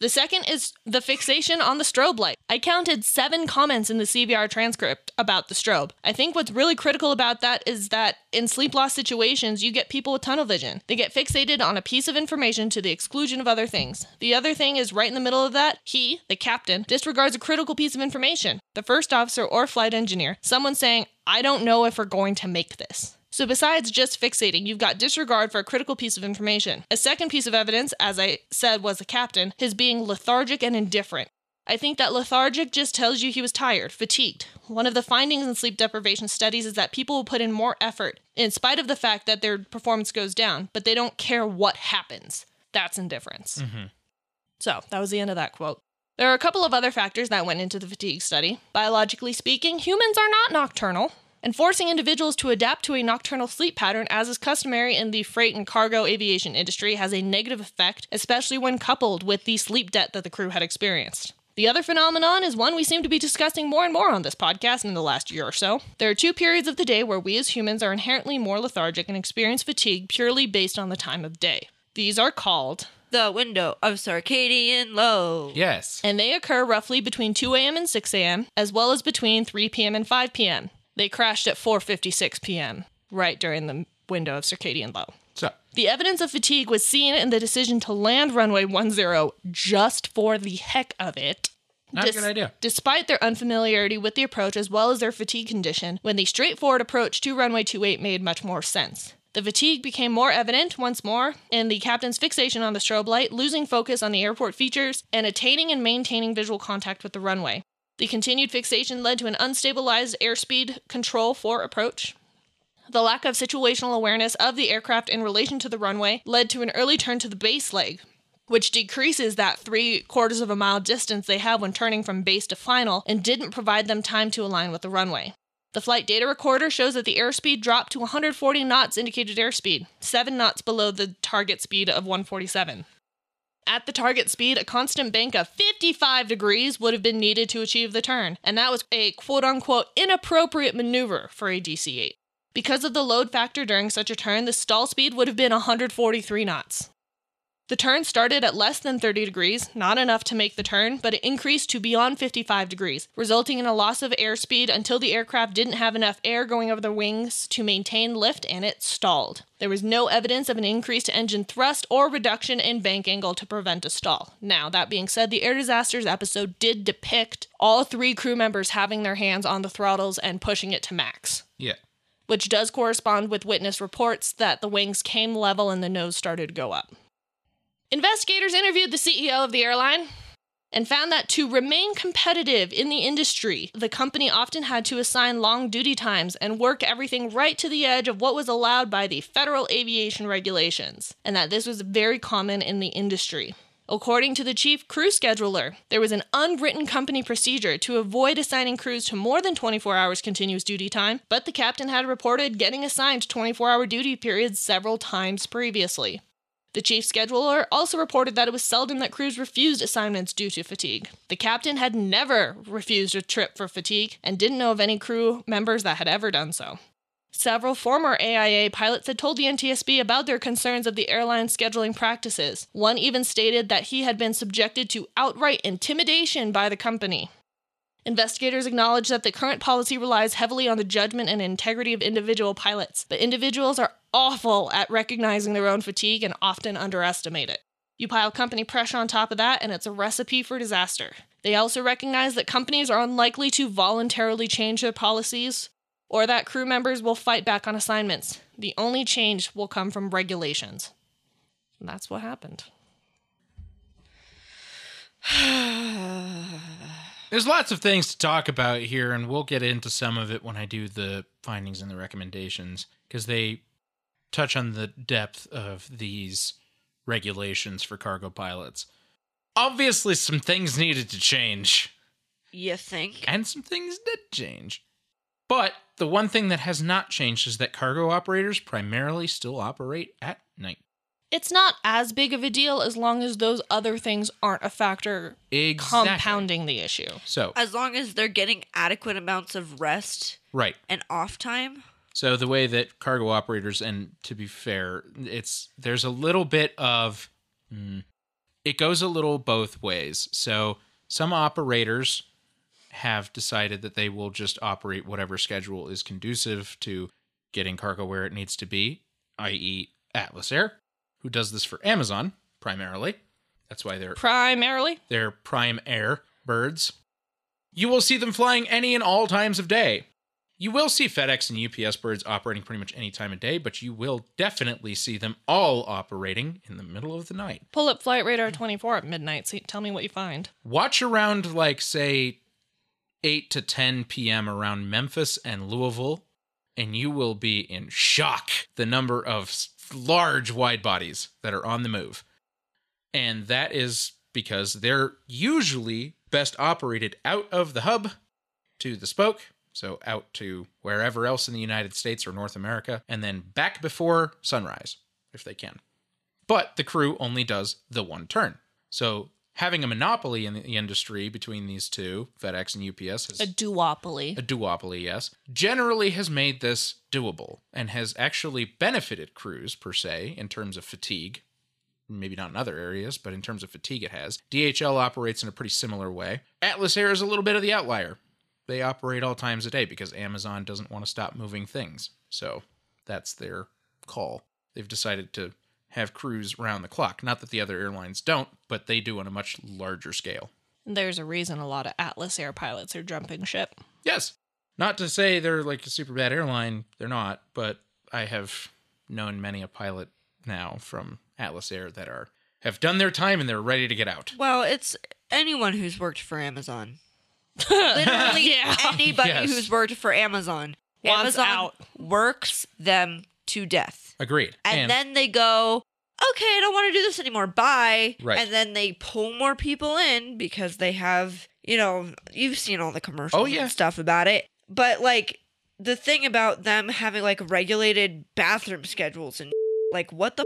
The second is the fixation on the strobe light. I counted seven comments in the CBR transcript about the strobe. I think what's really critical about that is that in sleep loss situations, you get people with tunnel vision. They get fixated on a piece of information to the exclusion of other things. The other thing is right in the middle of that, he, the captain, disregards a critical piece of information the first officer or flight engineer, someone saying, I don't know if we're going to make this. So, besides just fixating, you've got disregard for a critical piece of information. A second piece of evidence, as I said, was the captain, his being lethargic and indifferent. I think that lethargic just tells you he was tired, fatigued. One of the findings in sleep deprivation studies is that people will put in more effort in spite of the fact that their performance goes down, but they don't care what happens. That's indifference. So that was the end of that quote. There are a couple of other factors that went into the fatigue study. Biologically speaking, humans are not nocturnal, and forcing individuals to adapt to a nocturnal sleep pattern, as is customary in the freight and cargo aviation industry, has a negative effect, especially when coupled with the sleep debt that the crew had experienced. The other phenomenon is one we seem to be discussing more and more on this podcast in the last year or so. There are two periods of the day where we as humans are inherently more lethargic and experience fatigue purely based on the time of day. These are called
the window of circadian low. (sighs)
Yes.
and they occur roughly between 2 a.m. and 6 a.m., as well as between 3 p.m. and 5 p.m. They crashed at 4:56 p.m., right during the window of circadian low.
So
The evidence of fatigue was seen in the decision to land runway 10 just for the heck of it.
Not a good idea.
Despite their unfamiliarity with the approach as well as their fatigue condition, when the straightforward approach to runway 28 made much more sense. The fatigue became more evident once more in the captain's fixation on the strobe light, losing focus on the airport features, and attaining and maintaining visual contact with the runway. The continued fixation led to an unstabilized airspeed control for approach, the lack of situational awareness of the aircraft in relation to the runway led to an early turn to the base leg, which decreases that three quarters of a mile distance they have when turning from base to final and didn't provide them time to align with the runway. The flight data recorder shows that the airspeed dropped to 140 knots indicated airspeed, 7 knots below the target speed of 147. At the target speed, a constant bank of 55 degrees would have been needed to achieve the turn, and that was a quote unquote inappropriate maneuver for a DC 8. Because of the load factor during such a turn, the stall speed would have been 143 knots. The turn started at less than 30 degrees, not enough to make the turn, but it increased to beyond 55 degrees, resulting in a loss of airspeed until the aircraft didn't have enough air going over the wings to maintain lift and it stalled. There was no evidence of an increase to engine thrust or reduction in bank angle to prevent a stall. Now, that being said, the Air Disasters episode did depict all three crew members having their hands on the throttles and pushing it to max
yeah.
which does correspond with witness reports that the wings came level and the nose started to go up. Investigators interviewed the CEO of the airline and found that to remain competitive in the industry, the company often had to assign long duty times and work everything right to the edge of what was allowed by the federal aviation regulations, and that this was very common in the industry. According to the chief crew scheduler, there was an unwritten company procedure to avoid assigning crews to more than 24 hours continuous duty time, but the captain had reported getting assigned 24 hour duty periods several times previously. The chief scheduler also reported that it was seldom that crews refused assignments due to fatigue. The captain had never refused a trip for fatigue and didn't know of any crew members that had ever done so. Several former AIA pilots had told the NTSB about their concerns of the airline's scheduling practices. One even stated that he had been subjected to outright intimidation by the company. Investigators acknowledge that the current policy relies heavily on the judgment and integrity of individual pilots, but individuals are awful at recognizing their own fatigue and often underestimate it. You pile company pressure on top of that, and it's a recipe for disaster. They also recognize that companies are unlikely to voluntarily change their policies or that crew members will fight back on assignments. The only change will come from regulations. And that's what happened.
There's lots of things to talk about here, and we'll get into some of it when I do the findings and the recommendations because they touch on the depth of these regulations for cargo pilots. Obviously, some things needed to change,
You think?
and some things did change. But the one thing that has not changed is that cargo operators primarily still operate at night.
It's not as big of a deal as long as those other things aren't a factor
Exactly.
compounding the issue.
So,
As long as they're getting adequate amounts of rest
right.
and off time.
So the way that cargo operators, and to be fair, it's there's a little bit of mm, it goes a little both ways. So some operators have decided that they will just operate whatever schedule is conducive to getting cargo where it needs to be, i.e., Atlas Air, who does this for Amazon primarily. That's why they're
Primarily,
they're prime air birds. You will see them flying any and all times of day. You will see FedEx and UPS birds operating pretty much any time of day, but you will definitely see them all operating in the middle of the night.
pull up Flight Radar 24 at midnight. See, tell me what you find.
Watch around, like, say, 8 to 10 p.m. around Memphis and Louisville, and you will be in shock the number of s- large wide bodies that are on the move. And that is because they're usually best operated out of the hub to the spoke, so out to wherever else in the United States or North America, and then back before sunrise if they can. But the crew only does the one turn. So having a monopoly in the industry between these two, FedEx and UPS, has
A duopoly.
a duopoly, yes, generally has made this doable and has actually benefited crews per se in terms of fatigue. Maybe not in other areas, but in terms of fatigue, it has. DHL operates in a pretty similar way. Atlas Air is a little bit of the outlier. They operate all times a day because Amazon doesn't want to stop moving things. So that's their call. They've decided to have crews round the clock. Not that the other airlines don't, but they do on a much larger scale.
There's a reason a lot of Atlas Air pilots are jumping ship. (laughs)
Yes. Not to say they're like a super bad airline, they're not, but I have known many a pilot now from Atlas Air that are have done their time and they're ready to get out.
Well, it's anyone who's worked for Amazon. (laughs) Literally
(laughs) Yeah.
anybody
Yes.
who's worked for Amazon.
Wants
Amazon
out.
works them to death.
Agreed.
And, then they go, okay, I don't want to do this anymore. Bye.
Right.
And then they pull more people in because they have, you know, you've seen all the commercials
Oh, yeah.
and stuff about it. But like the thing about them having like regulated bathroom schedules and like what the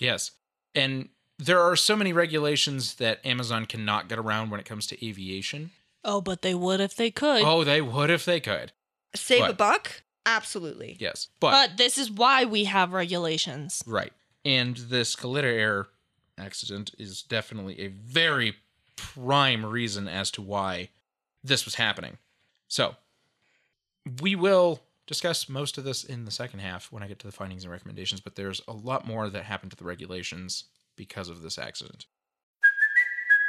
Yes. And there are so many regulations that Amazon cannot get around when it comes to aviation.
Oh, but they would if they could.
Oh, they would if they could.
f- save a
Right.
buck? Absolutely.
Yes. But
But this is why we have regulations.
Right. And this Kalita Air accident is definitely a very prime reason as to why this was happening. So, we will discuss most of this in the second half when I get to the findings and recommendations, but there's a lot more that happened to the regulations because of this accident.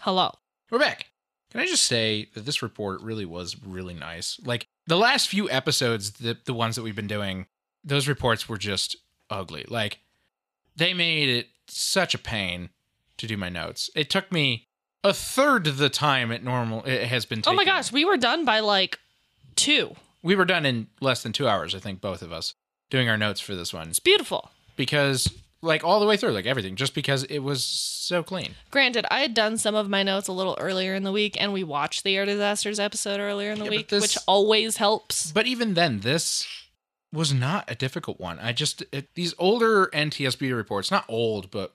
Hello.
We're back. Can I just say that this report really was really nice? Like the last few episodes, the the ones that we've been doing, those reports were just ugly. Like they made it such a pain to do my notes. It took me a third the time it normal it has been
Oh
taken.
my gosh, we were done by like two.
We were done in less than 2 hours, I think both of us doing our notes for this one
It's beautiful.
because like all the way through, like everything, just because it was so clean.
Granted, I had done some of my notes a little earlier in the week, and we watched the air disasters episode earlier in the
Yeah, but
week,
this-
which always helps.
But even then, this was not a difficult one. I just it, these older NTSB reports, not old, but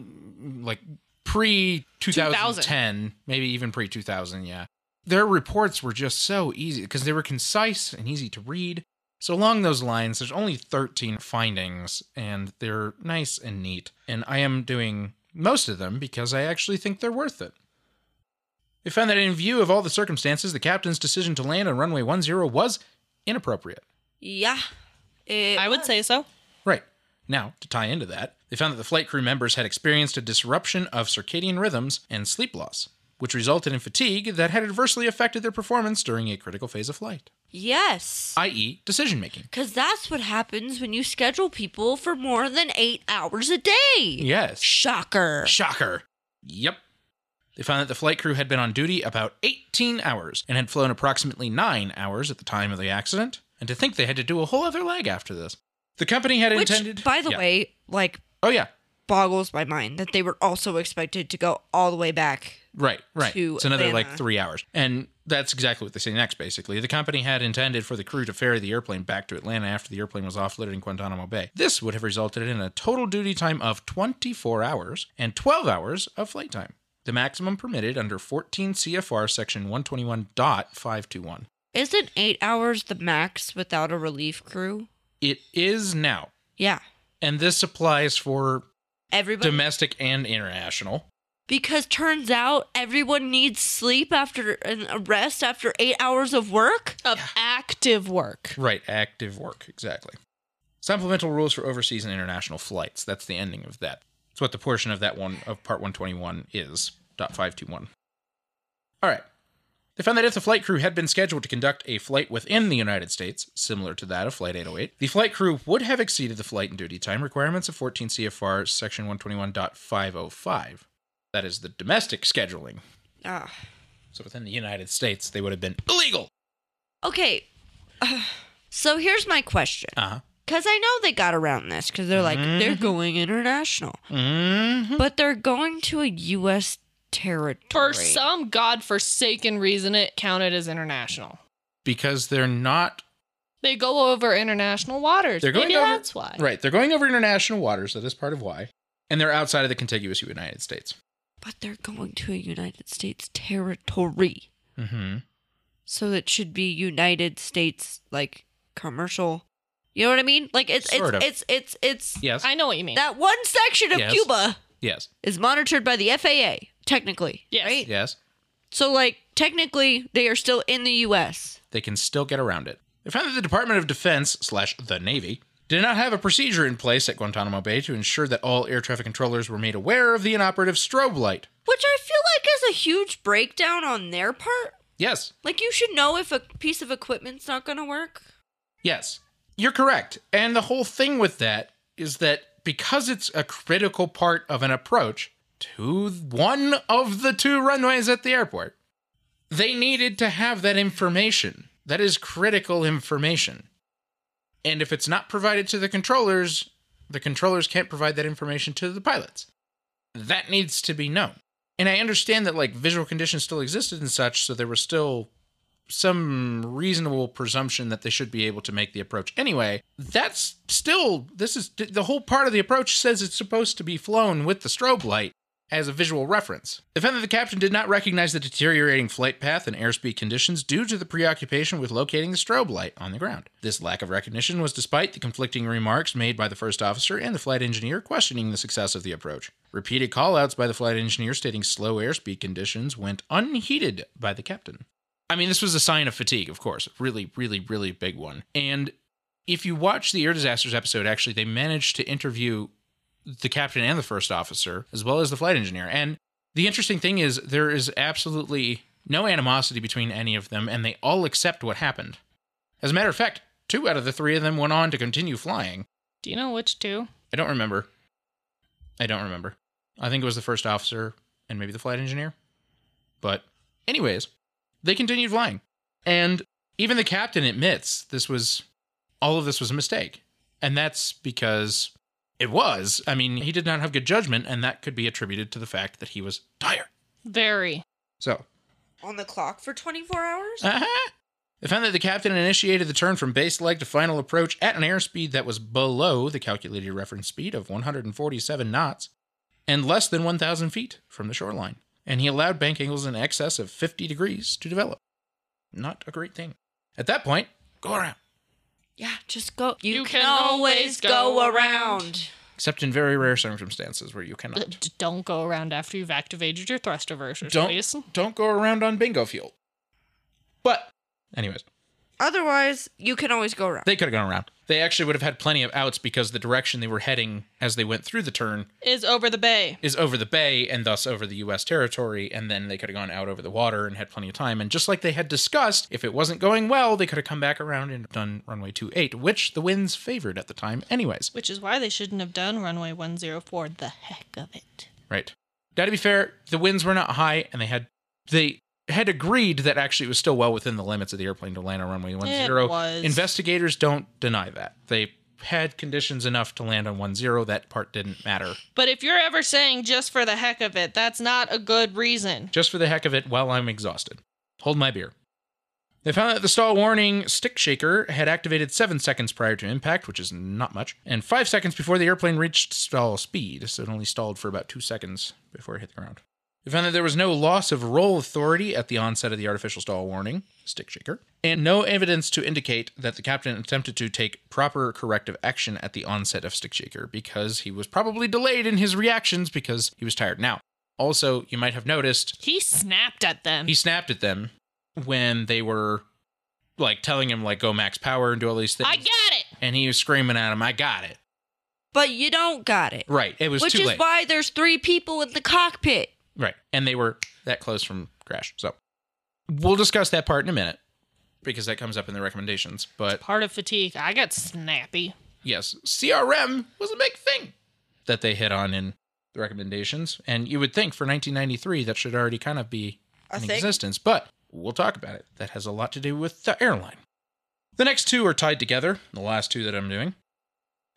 mm, like pre 2010, maybe even pre 2000, yeah. Their reports were just so easy because they were concise and easy to read. So along those lines, there's only 13 findings and they're nice and neat. And I am doing most of them because I actually think they're worth it. They found that in view of all the circumstances, the captain's decision to land on runway 10 was inappropriate.
Yeah. It
I would
was.
say so.
Right. Now, to tie into that, they found that the flight crew members had experienced a disruption of circadian rhythms and sleep loss, which resulted in fatigue that had adversely affected their performance during a critical phase of flight,
Yes.
i.e., decision making.
Because that's what happens when you schedule people for more than eight hours a day.
Yes.
Shocker.
Shocker. Yep. They found that the flight crew had been on duty about 18 hours and had flown approximately 9 hours at the time of the accident, and to think they had to do a whole other leg after this. The company had
Which,
intended.
by the
Yeah.
way, like
Oh, yeah.
boggles my mind that they were also expected to go all the way back.
Right, right.
to
it's another like
Atlanta.
three hours. And that's exactly what they say next, basically. The company had intended for the crew to ferry the airplane back to Atlanta after the airplane was offloaded in Guantanamo Bay. This would have resulted in a total duty time of 24 hours and 12 hours of flight time, the maximum permitted under 14 CFR section 121.521.
Isn't eight hours the max without a relief crew?
It is now,
Yeah.
and this applies for
Everybody.
domestic and international.
because turns out everyone needs sleep after and a rest after eight hours of work.
Of active work.
Right, active work, exactly. Supplemental rules for overseas and international flights. That's the ending of that. It's what the portion of that one of part 121 is. Dot 521. All right. They found that if the flight crew had been scheduled to conduct a flight within the United States, similar to that of Flight 808, the flight crew would have exceeded the flight and duty time requirements of 14 CFR Section 121.505. That is the domestic scheduling.
Ah.
So within the United States, they would have been illegal.
Okay. So here's my question.
Uh huh.
Because I know they got around this because they're like, they're going international,
Mm-hmm.
but they're going to a U.S. territory.
For some godforsaken reason, it counted as international.
Because they're not
They go over international waters.
They're going
Maybe
over,
that's why.
Right. They're going over international waters. That is part of why. And they're outside of the contiguous United States.
But they're going to a United States territory.
Mm-hmm.
So it should be United States, like, commercial. You know what I mean? Like, it's,
Sort of.
it's, it's, it's, it's,
Yes.
I know what you mean.
that one section of
Yes.
Cuba
yes.
is monitored by the FAA, technically.
Yes.
Right?
Yes.
So, like, technically, they are still in the U.S.
They can still get around it. They found that the Department of Defense slash the Navy did not have a procedure in place at Guantanamo Bay to ensure that all air traffic controllers were made aware of the inoperative strobe light.
Which I feel like is a huge breakdown on their part.
Yes.
Like you should know if a piece of equipment's not going to work.
Yes. You're correct. And the whole thing with that is that because it's a critical part of an approach to one of the two runways at the airport, they needed to have that information. That is critical information. And if it's not provided to the controllers, the controllers can't provide that information to the pilots. That needs to be known. And I understand that like visual conditions still existed and such, so there was still some reasonable presumption that they should be able to make the approach anyway. That's still this is the whole part of the approach says it's supposed to be flown with the strobe light as a visual reference. The fact that the captain did not recognize the deteriorating flight path and airspeed conditions due to the preoccupation with locating the strobe light on the ground. This lack of recognition was despite the conflicting remarks made by the first officer and the flight engineer questioning the success of the approach. Repeated callouts by the flight engineer stating slow airspeed conditions went unheeded by the captain. I mean, this was a sign of fatigue, of course. Really, really, really big one. And if you watch the air disasters episode, actually, they managed to interview the captain and the first officer, as well as the flight engineer. And the interesting thing is, there is absolutely no animosity between any of them, and they all accept what happened. As a matter of fact, two out of the three of them went on to continue flying.
Do you know which two?
I don't remember. I don't remember. I think it was the first officer and maybe the flight engineer. But, anyways, they continued flying. And even the captain admits this was all of this was a mistake. And that's because it was. I mean, he did not have good judgment, and that could be attributed to the fact that he was tired.
Very.
So,
On the clock for 24 hours?
uh-huh. they found that the captain initiated the turn from base leg to final approach at an airspeed that was below the calculated reference speed of 147 knots and less than 1,000 feet from the shoreline. And he allowed bank angles in excess of 50 degrees to develop. Not a great thing. At that point, go around.
yeah, just go. You,
You
can,
can
always
always
go,
go
around.
Except in very rare circumstances where you cannot.
But Don't go around after you've activated your thruster versers, please.
Don't, don't go around on bingo fuel. But, anyways.
Otherwise, you can always go around.
They could have gone around. They actually would have had plenty of outs because the direction they were heading as they went through the turn
Is over the bay.
is over the bay and thus over the U.S. territory, and then they could have gone out over the water and had plenty of time. And just like they had discussed, if it wasn't going well, they could have come back around and done runway 28, which the winds favored at the time, anyways.
Which is why they shouldn't have done runway 104 the heck of it.
Right. Now, to be fair, the winds were not high, and they had they had agreed that actually it was still well within the limits of the airplane to land on runway 10.
was.
Investigators don't deny that. They had conditions enough to land on 10. That part didn't matter.
But if you're ever saying just for the heck of it, that's not a good reason.
just for the heck of it while I'm exhausted. Hold my beer. They found that the stall warning stick shaker had activated seven seconds prior to impact, which is not much, and five seconds before the airplane reached stall speed, so it only stalled for about two seconds before it hit the ground. They found that there was no loss of roll authority at the onset of the artificial stall warning stick shaker, and no evidence to indicate that the captain attempted to take proper corrective action at the onset of stick shaker because he was probably delayed in his reactions because he was tired. Now, also, you might have noticed
He snapped at them.
he snapped at them when they were like telling him like go max power and do all these things
I got it.
and he was screaming at him i got it
But you don't got it.
right it was
Which
too
is
late
why there's three people in the cockpit.
right and they were that close from crash so we'll discuss that part in a minute because that comes up in the recommendations but
Part of fatigue. I got snappy.
yes crm was a big thing that they hit on in the recommendations and you would think for 1993 that should already kind of be
I
in
think-
existence, but we'll talk about it. That has a lot to do with the airline. The next two are tied together, the last two that I'm doing.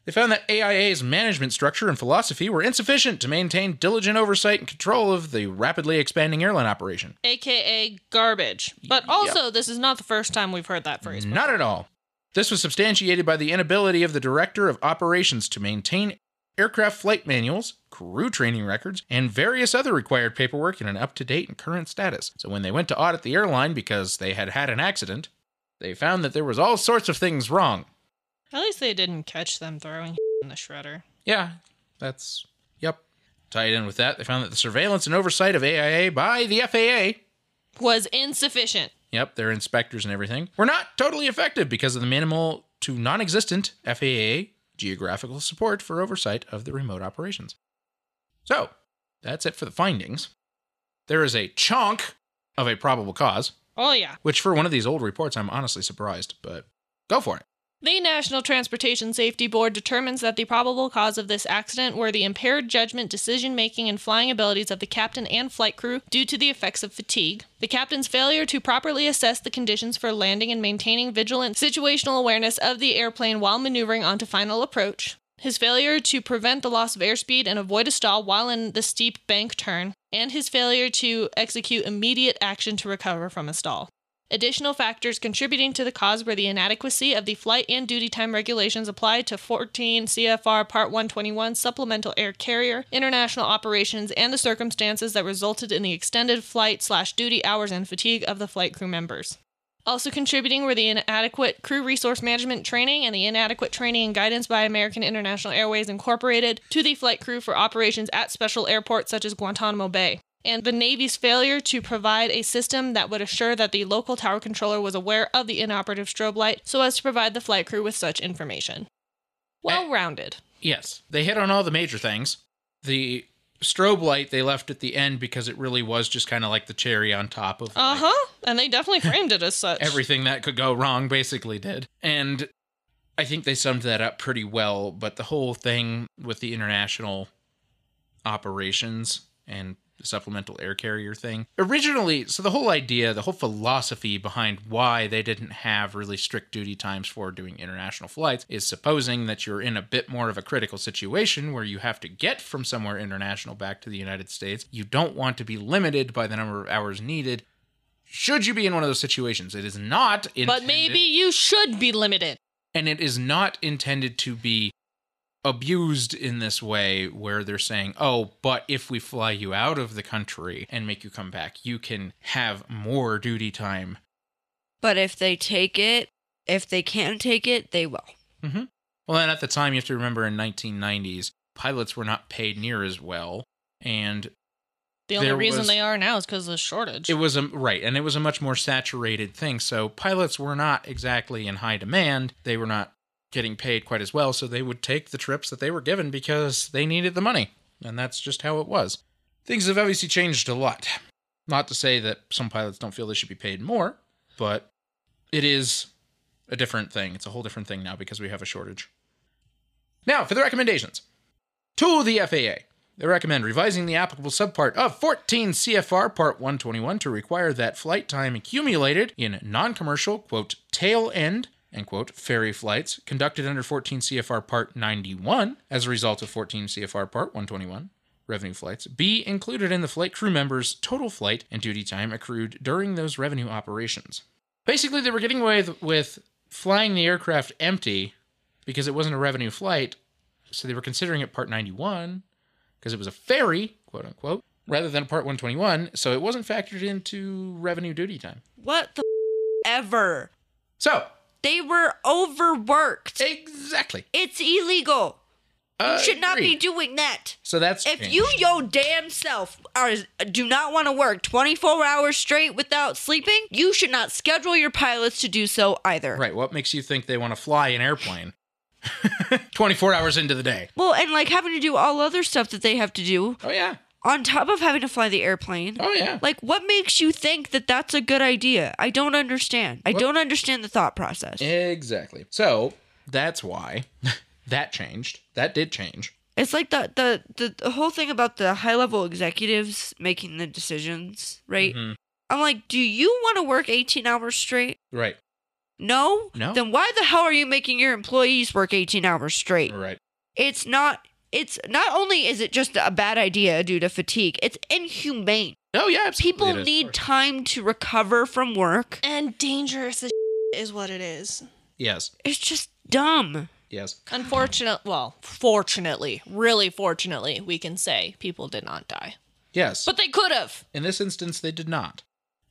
They found that AIA's management structure and philosophy were insufficient to maintain diligent oversight and control of the rapidly expanding airline operation.
AKA garbage. But also, this is not the first time we've heard that phrase.
Not at all. This was substantiated by the inability of the director of operations to maintain aircraft flight manuals, crew training records, and various other required paperwork in an up to date and current status. So when they went to audit the airline because they had had an accident, they found that there was all sorts of things wrong.
At least they didn't catch them throwing (laughs) in the shredder.
Yeah, that's. Yep. Tied in with that, they found that the surveillance and oversight of AIA by the FAA
Was insufficient.
Yep, their inspectors and everything. We're not totally effective because of the minimal to non existent FAA geographical support for oversight of the remote operations. So, that's it for the findings. There is a chunk of a probable cause,
Oh, yeah.
which for one of these old reports, I'm honestly surprised, but go for it.
The National Transportation Safety Board determines that the probable cause of this accident were the impaired judgment, decision making, and flying abilities of the captain and flight crew due to the effects of fatigue, the captain's failure to properly assess the conditions for landing and maintaining vigilant situational awareness of the airplane while maneuvering onto final approach, his failure to prevent the loss of airspeed and avoid a stall while in the steep bank turn, and his failure to execute immediate action to recover from a stall. Additional factors contributing to the cause were the inadequacy of the flight and duty time regulations applied to 14 CFR Part 121 Supplemental Air Carrier international operations and the circumstances that resulted in the extended flight slash duty hours and fatigue of the flight crew members. Also contributing were the inadequate crew resource management training and the inadequate training and guidance by American International Airways Incorporated to the flight crew for operations at special airports such as Guantanamo Bay, and the Navy's failure to provide a system that would assure that the local tower controller was aware of the inoperative strobe light so as to provide the flight crew with such information.
Eh.
Well rounded.
Yes, they hit on all the major things. The strobe light they left at the end because it really was just kind of like the cherry on top of
Uh
like,
huh. And they definitely framed it as such.
everything that could go wrong basically did. And I think they summed that up pretty well, but the whole thing with the international operations and the supplemental air carrier thing. Originally, so the whole idea, the whole philosophy behind why they didn't have really strict duty times for doing international flights is supposing that you're in a bit more of a critical situation where you have to get from somewhere international back to the United States. You don't want to be limited by the number of hours needed. Should you be in one of those situations, it is not intended
But maybe you should be limited.
and it is not intended to be abused in this way where they're saying oh but if we fly you out of the country and make you come back you can have more duty time
But if they take it, if they can take it, they will.
mm-hmm. well and at the time you have to remember in 1990s pilots were not paid near as well and
The only
There
reason
was-
they are now is because of the shortage.
It was a right, and it was a much more saturated thing. So pilots were not exactly in high demand. They were not getting paid quite as well, so they would take the trips that they were given because they needed the money. And that's just how it was. Things have obviously changed a lot. Not to say that some pilots don't feel they should be paid more, but it is a different thing. It's a whole different thing now because we have a shortage. Now, for the recommendations to the FAA. They recommend revising the applicable subpart of 14 CFR Part 121 to require that flight time accumulated in non commercial, quote, tail end, end quote, ferry flights conducted under 14 CFR Part 91 as a result of 14 CFR Part 121 revenue flights be included in the flight crew members' total flight and duty time accrued during those revenue operations. Basically, they were getting away with, with flying the aircraft empty because it wasn't a revenue flight, so they were considering it Part 91 because it was a ferry, quote unquote, rather than Part 121, so it wasn't factored into revenue duty time.
What the ever?
So,
They were overworked.
exactly.
It's illegal. You should not be
Agreed.
doing that.
So that's
If you,
changed.
yo damn self, are, do not want to work 24 hours straight without sleeping, you should not schedule your pilots to do so either.
right, what makes you think they want to fly an airplane (laughs) 24 hours into the day?
Well, and like having to do all other stuff that they have to do
Oh yeah,
on top of having to fly the airplane.
oh yeah.
Like, what makes you think that that's a good idea? I don't understand. I
What-
don't understand the thought process.
Exactly. So that's why (laughs) that changed. That did change.
It's like the, the the the whole thing about the high level executives making the decisions, right?
Mhm.
I'm like, do you want to work 18 hours straight?
Right,
No?
No.
Then why the hell are you making your employees work 18 hours straight?
right.
It's not it's not only is it just a bad idea due to fatigue, it's inhumane.
Oh yeah, absolutely.
People
it is.
need time to recover from work.
and dangerous as (laughs) is what it is.
Yes,
It's just dumb.
yes.
Unfortunate, well, fortunately, really fortunately, we can say people did not die,
Yes.
but they could have.
In this instance, they did not.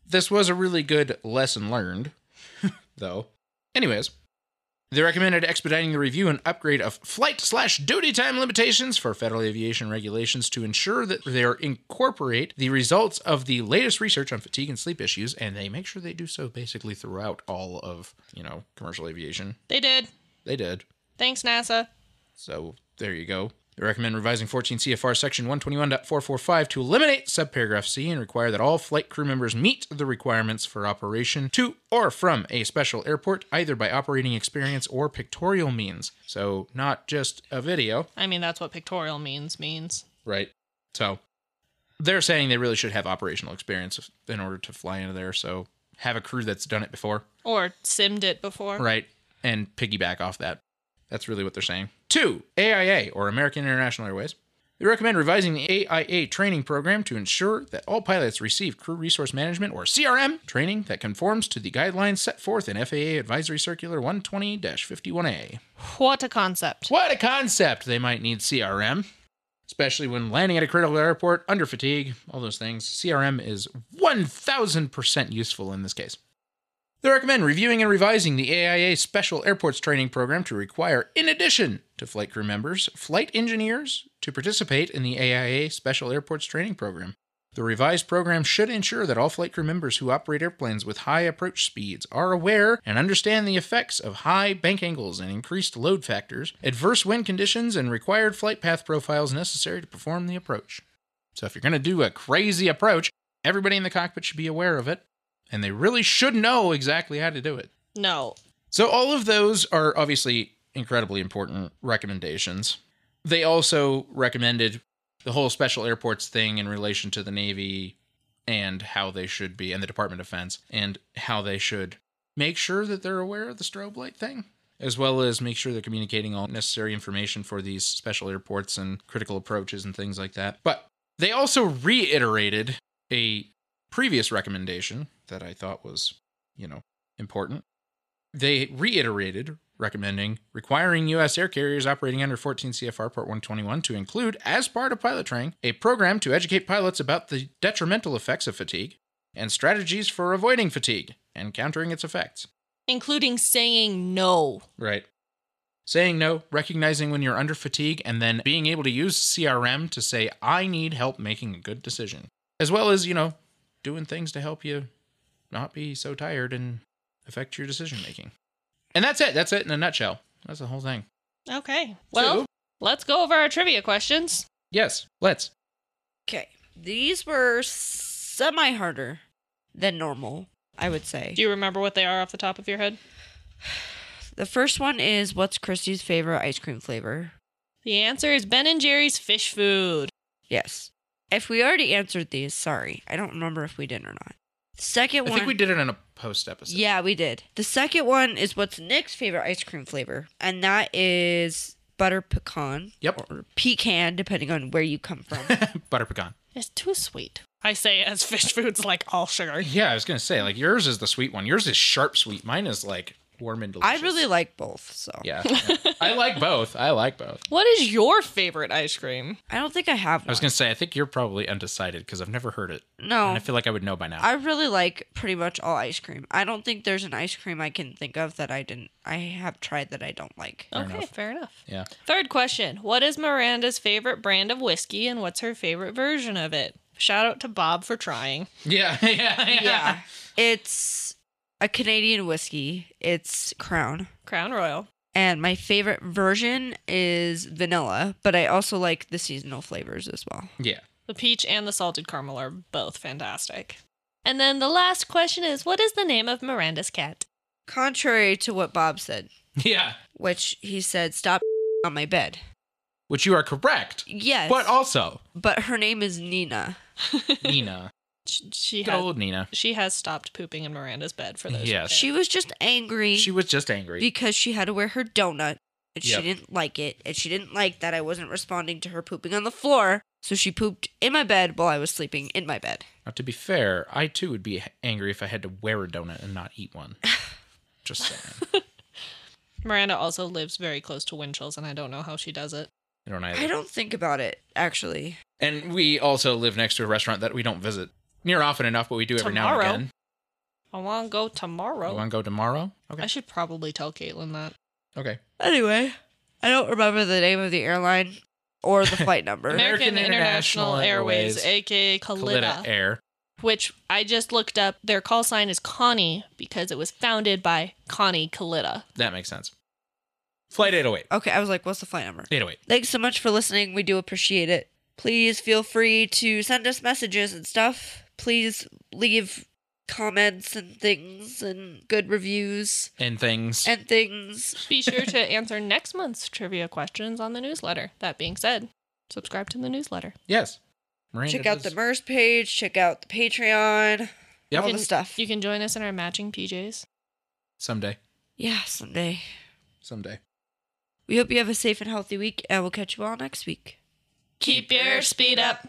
This was a really good lesson learned, (laughs) though. Anyways, they recommended expediting the review and upgrade of flight slash duty time limitations for federal aviation regulations to ensure that they are- incorporate the results of the latest research on fatigue and sleep issues, and they make sure they do so basically throughout all of you know commercial aviation.
They did.
They did.
Thanks, NASA.
So there you go. They recommend revising 14 CFR section 121.445 to eliminate subparagraph C and require that all flight crew members meet the requirements for operation to or from a special airport, either by operating experience or pictorial means. So not just a video,
I mean, that's what pictorial means means.
right? So they're saying they really should have operational experience in order to fly into there. So have a crew that's done it before.
Or simmed it before.
Right. And piggyback off that. That's really what they're saying. Two, AIA, or American International Airways. They recommend revising the AIA training program to ensure that all pilots receive crew resource management or CRM training that conforms to the guidelines set forth in FAA Advisory Circular 120 51A.
What a concept.
What a concept! They might need CRM, especially when landing at a critical airport, under fatigue, all those things. CRM is 1000% useful in this case. They recommend reviewing and revising the AIA Special Airports Training Program to require, in addition to flight crew members, flight engineers to participate in the AIA Special Airports Training Program. The revised program should ensure that all flight crew members who operate airplanes with high approach speeds are aware and understand the effects of high bank angles and increased load factors, adverse wind conditions, and required flight path profiles necessary to perform the approach. So, if you're going to do a crazy approach, everybody in the cockpit should be aware of it, and they really should know exactly how to do it.
No.
So all of those are obviously incredibly important recommendations. They also recommended the whole special airports thing in relation to the Navy and how they should be, and the Department of Defense, and how they should make sure that they're aware of the strobe light thing, as well as make sure they're communicating all necessary information for these special airports and critical approaches and things like that. But they also reiterated a previous recommendation that I thought was, you know, important. They reiterated recommending requiring U.S. air carriers operating under 14 CFR Part 121 to include, as part of pilot training, a program to educate pilots about the detrimental effects of fatigue and strategies for avoiding fatigue and countering its effects.
including saying no.
Right. Saying no, recognizing when you're under fatigue, and then being able to use CRM to say, I need help making a good decision. As well as, you know, doing things to help you not be so tired and affect your decision making. And that's it. That's it in a nutshell. That's the whole thing.
Okay. Well,
So-
let's go over our trivia questions.
Yes, let's.
Okay. These were semi harder than normal, I would say.
Do you remember what they are off the top of your head?
The first one is what's Christy's favorite ice cream flavor?
The answer is Ben and Jerry's fish food.
Yes. If we already answered these, sorry. I don't remember if we did or not. Second
I
one.
think we did it in a post episode.
Yeah, we did. The second one is what's Nick's favorite ice cream flavor, and that is butter pecan
Yep.
or pecan, depending on where you come
(laughs)
from.
(laughs) Butter pecan.
It's too sweet. I say as (laughs) fish food's like all sugar.
Yeah, I was going to say, like, yours is the sweet one. Yours is sharp sweet. Mine is, like, warm and
I
delicious.
really like both, so (laughs)
Yeah. I like both. I like both.
What is your favorite ice cream?
I don't think I have.
I was
one.
gonna say, I think you're probably undecided because I've never heard it, and
No,
I feel like I would know by now.
Oh. I really like pretty much all ice cream. I don't think there's an ice cream I can think of that I didn't. I have tried that I don't like.
Oh,
okay, fair enough.
yeah,
Third question What is Miranda's favorite brand of whiskey and what's her favorite version of it? Shout out to Bob for trying.
yeah, (laughs) yeah, yeah.
Yeah, it's a Canadian whiskey. It's Crown.
Crown Royal.
And my favorite version is vanilla, but I also like the seasonal flavors as well.
(laughs) Yeah.
The peach and the salted caramel are both fantastic. And then the last question is What is the name of Miranda's cat?
Contrary to what Bob said,
Yeah.
which he said, stop (laughs) on my bed.
Which you are correct,
Yes.
but also
(laughs) but her name is Nina.
Nina,
Sh- She
good
has,
old Nina.
she has stopped pooping in Miranda's bed for those.
Yes.
She,
She was just angry
She was just angry.
because she had to wear her donut and
Yep.
she didn't like it. And she didn't like that I wasn't responding to her pooping on the floor. So she pooped in my bed while I was sleeping in my bed.
Now, to be fair, I too would be angry if I had to wear a donut and not eat
(laughs)
one. just saying.
Miranda also lives very close to Winchell's, and I don't know how she does it.
I don't either.
I don't think about it, actually.
And we also live next to a restaurant that we don't visit near often enough, but we do every now
Tomorrow.
and again.
I want to go tomorrow.
You want to go tomorrow?
I
Okay.
should probably tell Caitlin that.
Okay.
Anyway, I don't remember the name of the airline or
(laughs)
the flight number.
Amer- American International Airways,
aka Kalita,
Kalita Air.
which I just looked up. Their call sign is Connie because it was founded by Connie Kalita.
That makes sense. Flight 808.
okay, I was like, what's the flight number?
808.
Thanks so much for listening. We do appreciate it. Please feel free to send us messages and stuff. Please leave comments and things and good reviews
And things.
and things.
Be sure to answer next month's trivia questions on the newsletter. That being said, subscribe to the newsletter.
Yes. Miranda
Check out the
does-
MERS page, check out the Patreon,
Yep.
all
You can-
the stuff.
You can join us in our matching PJs.
someday.
yeah, someday.
Someday.
We hope you have a safe and healthy week, and we'll catch you all next week.
Keep your speed up.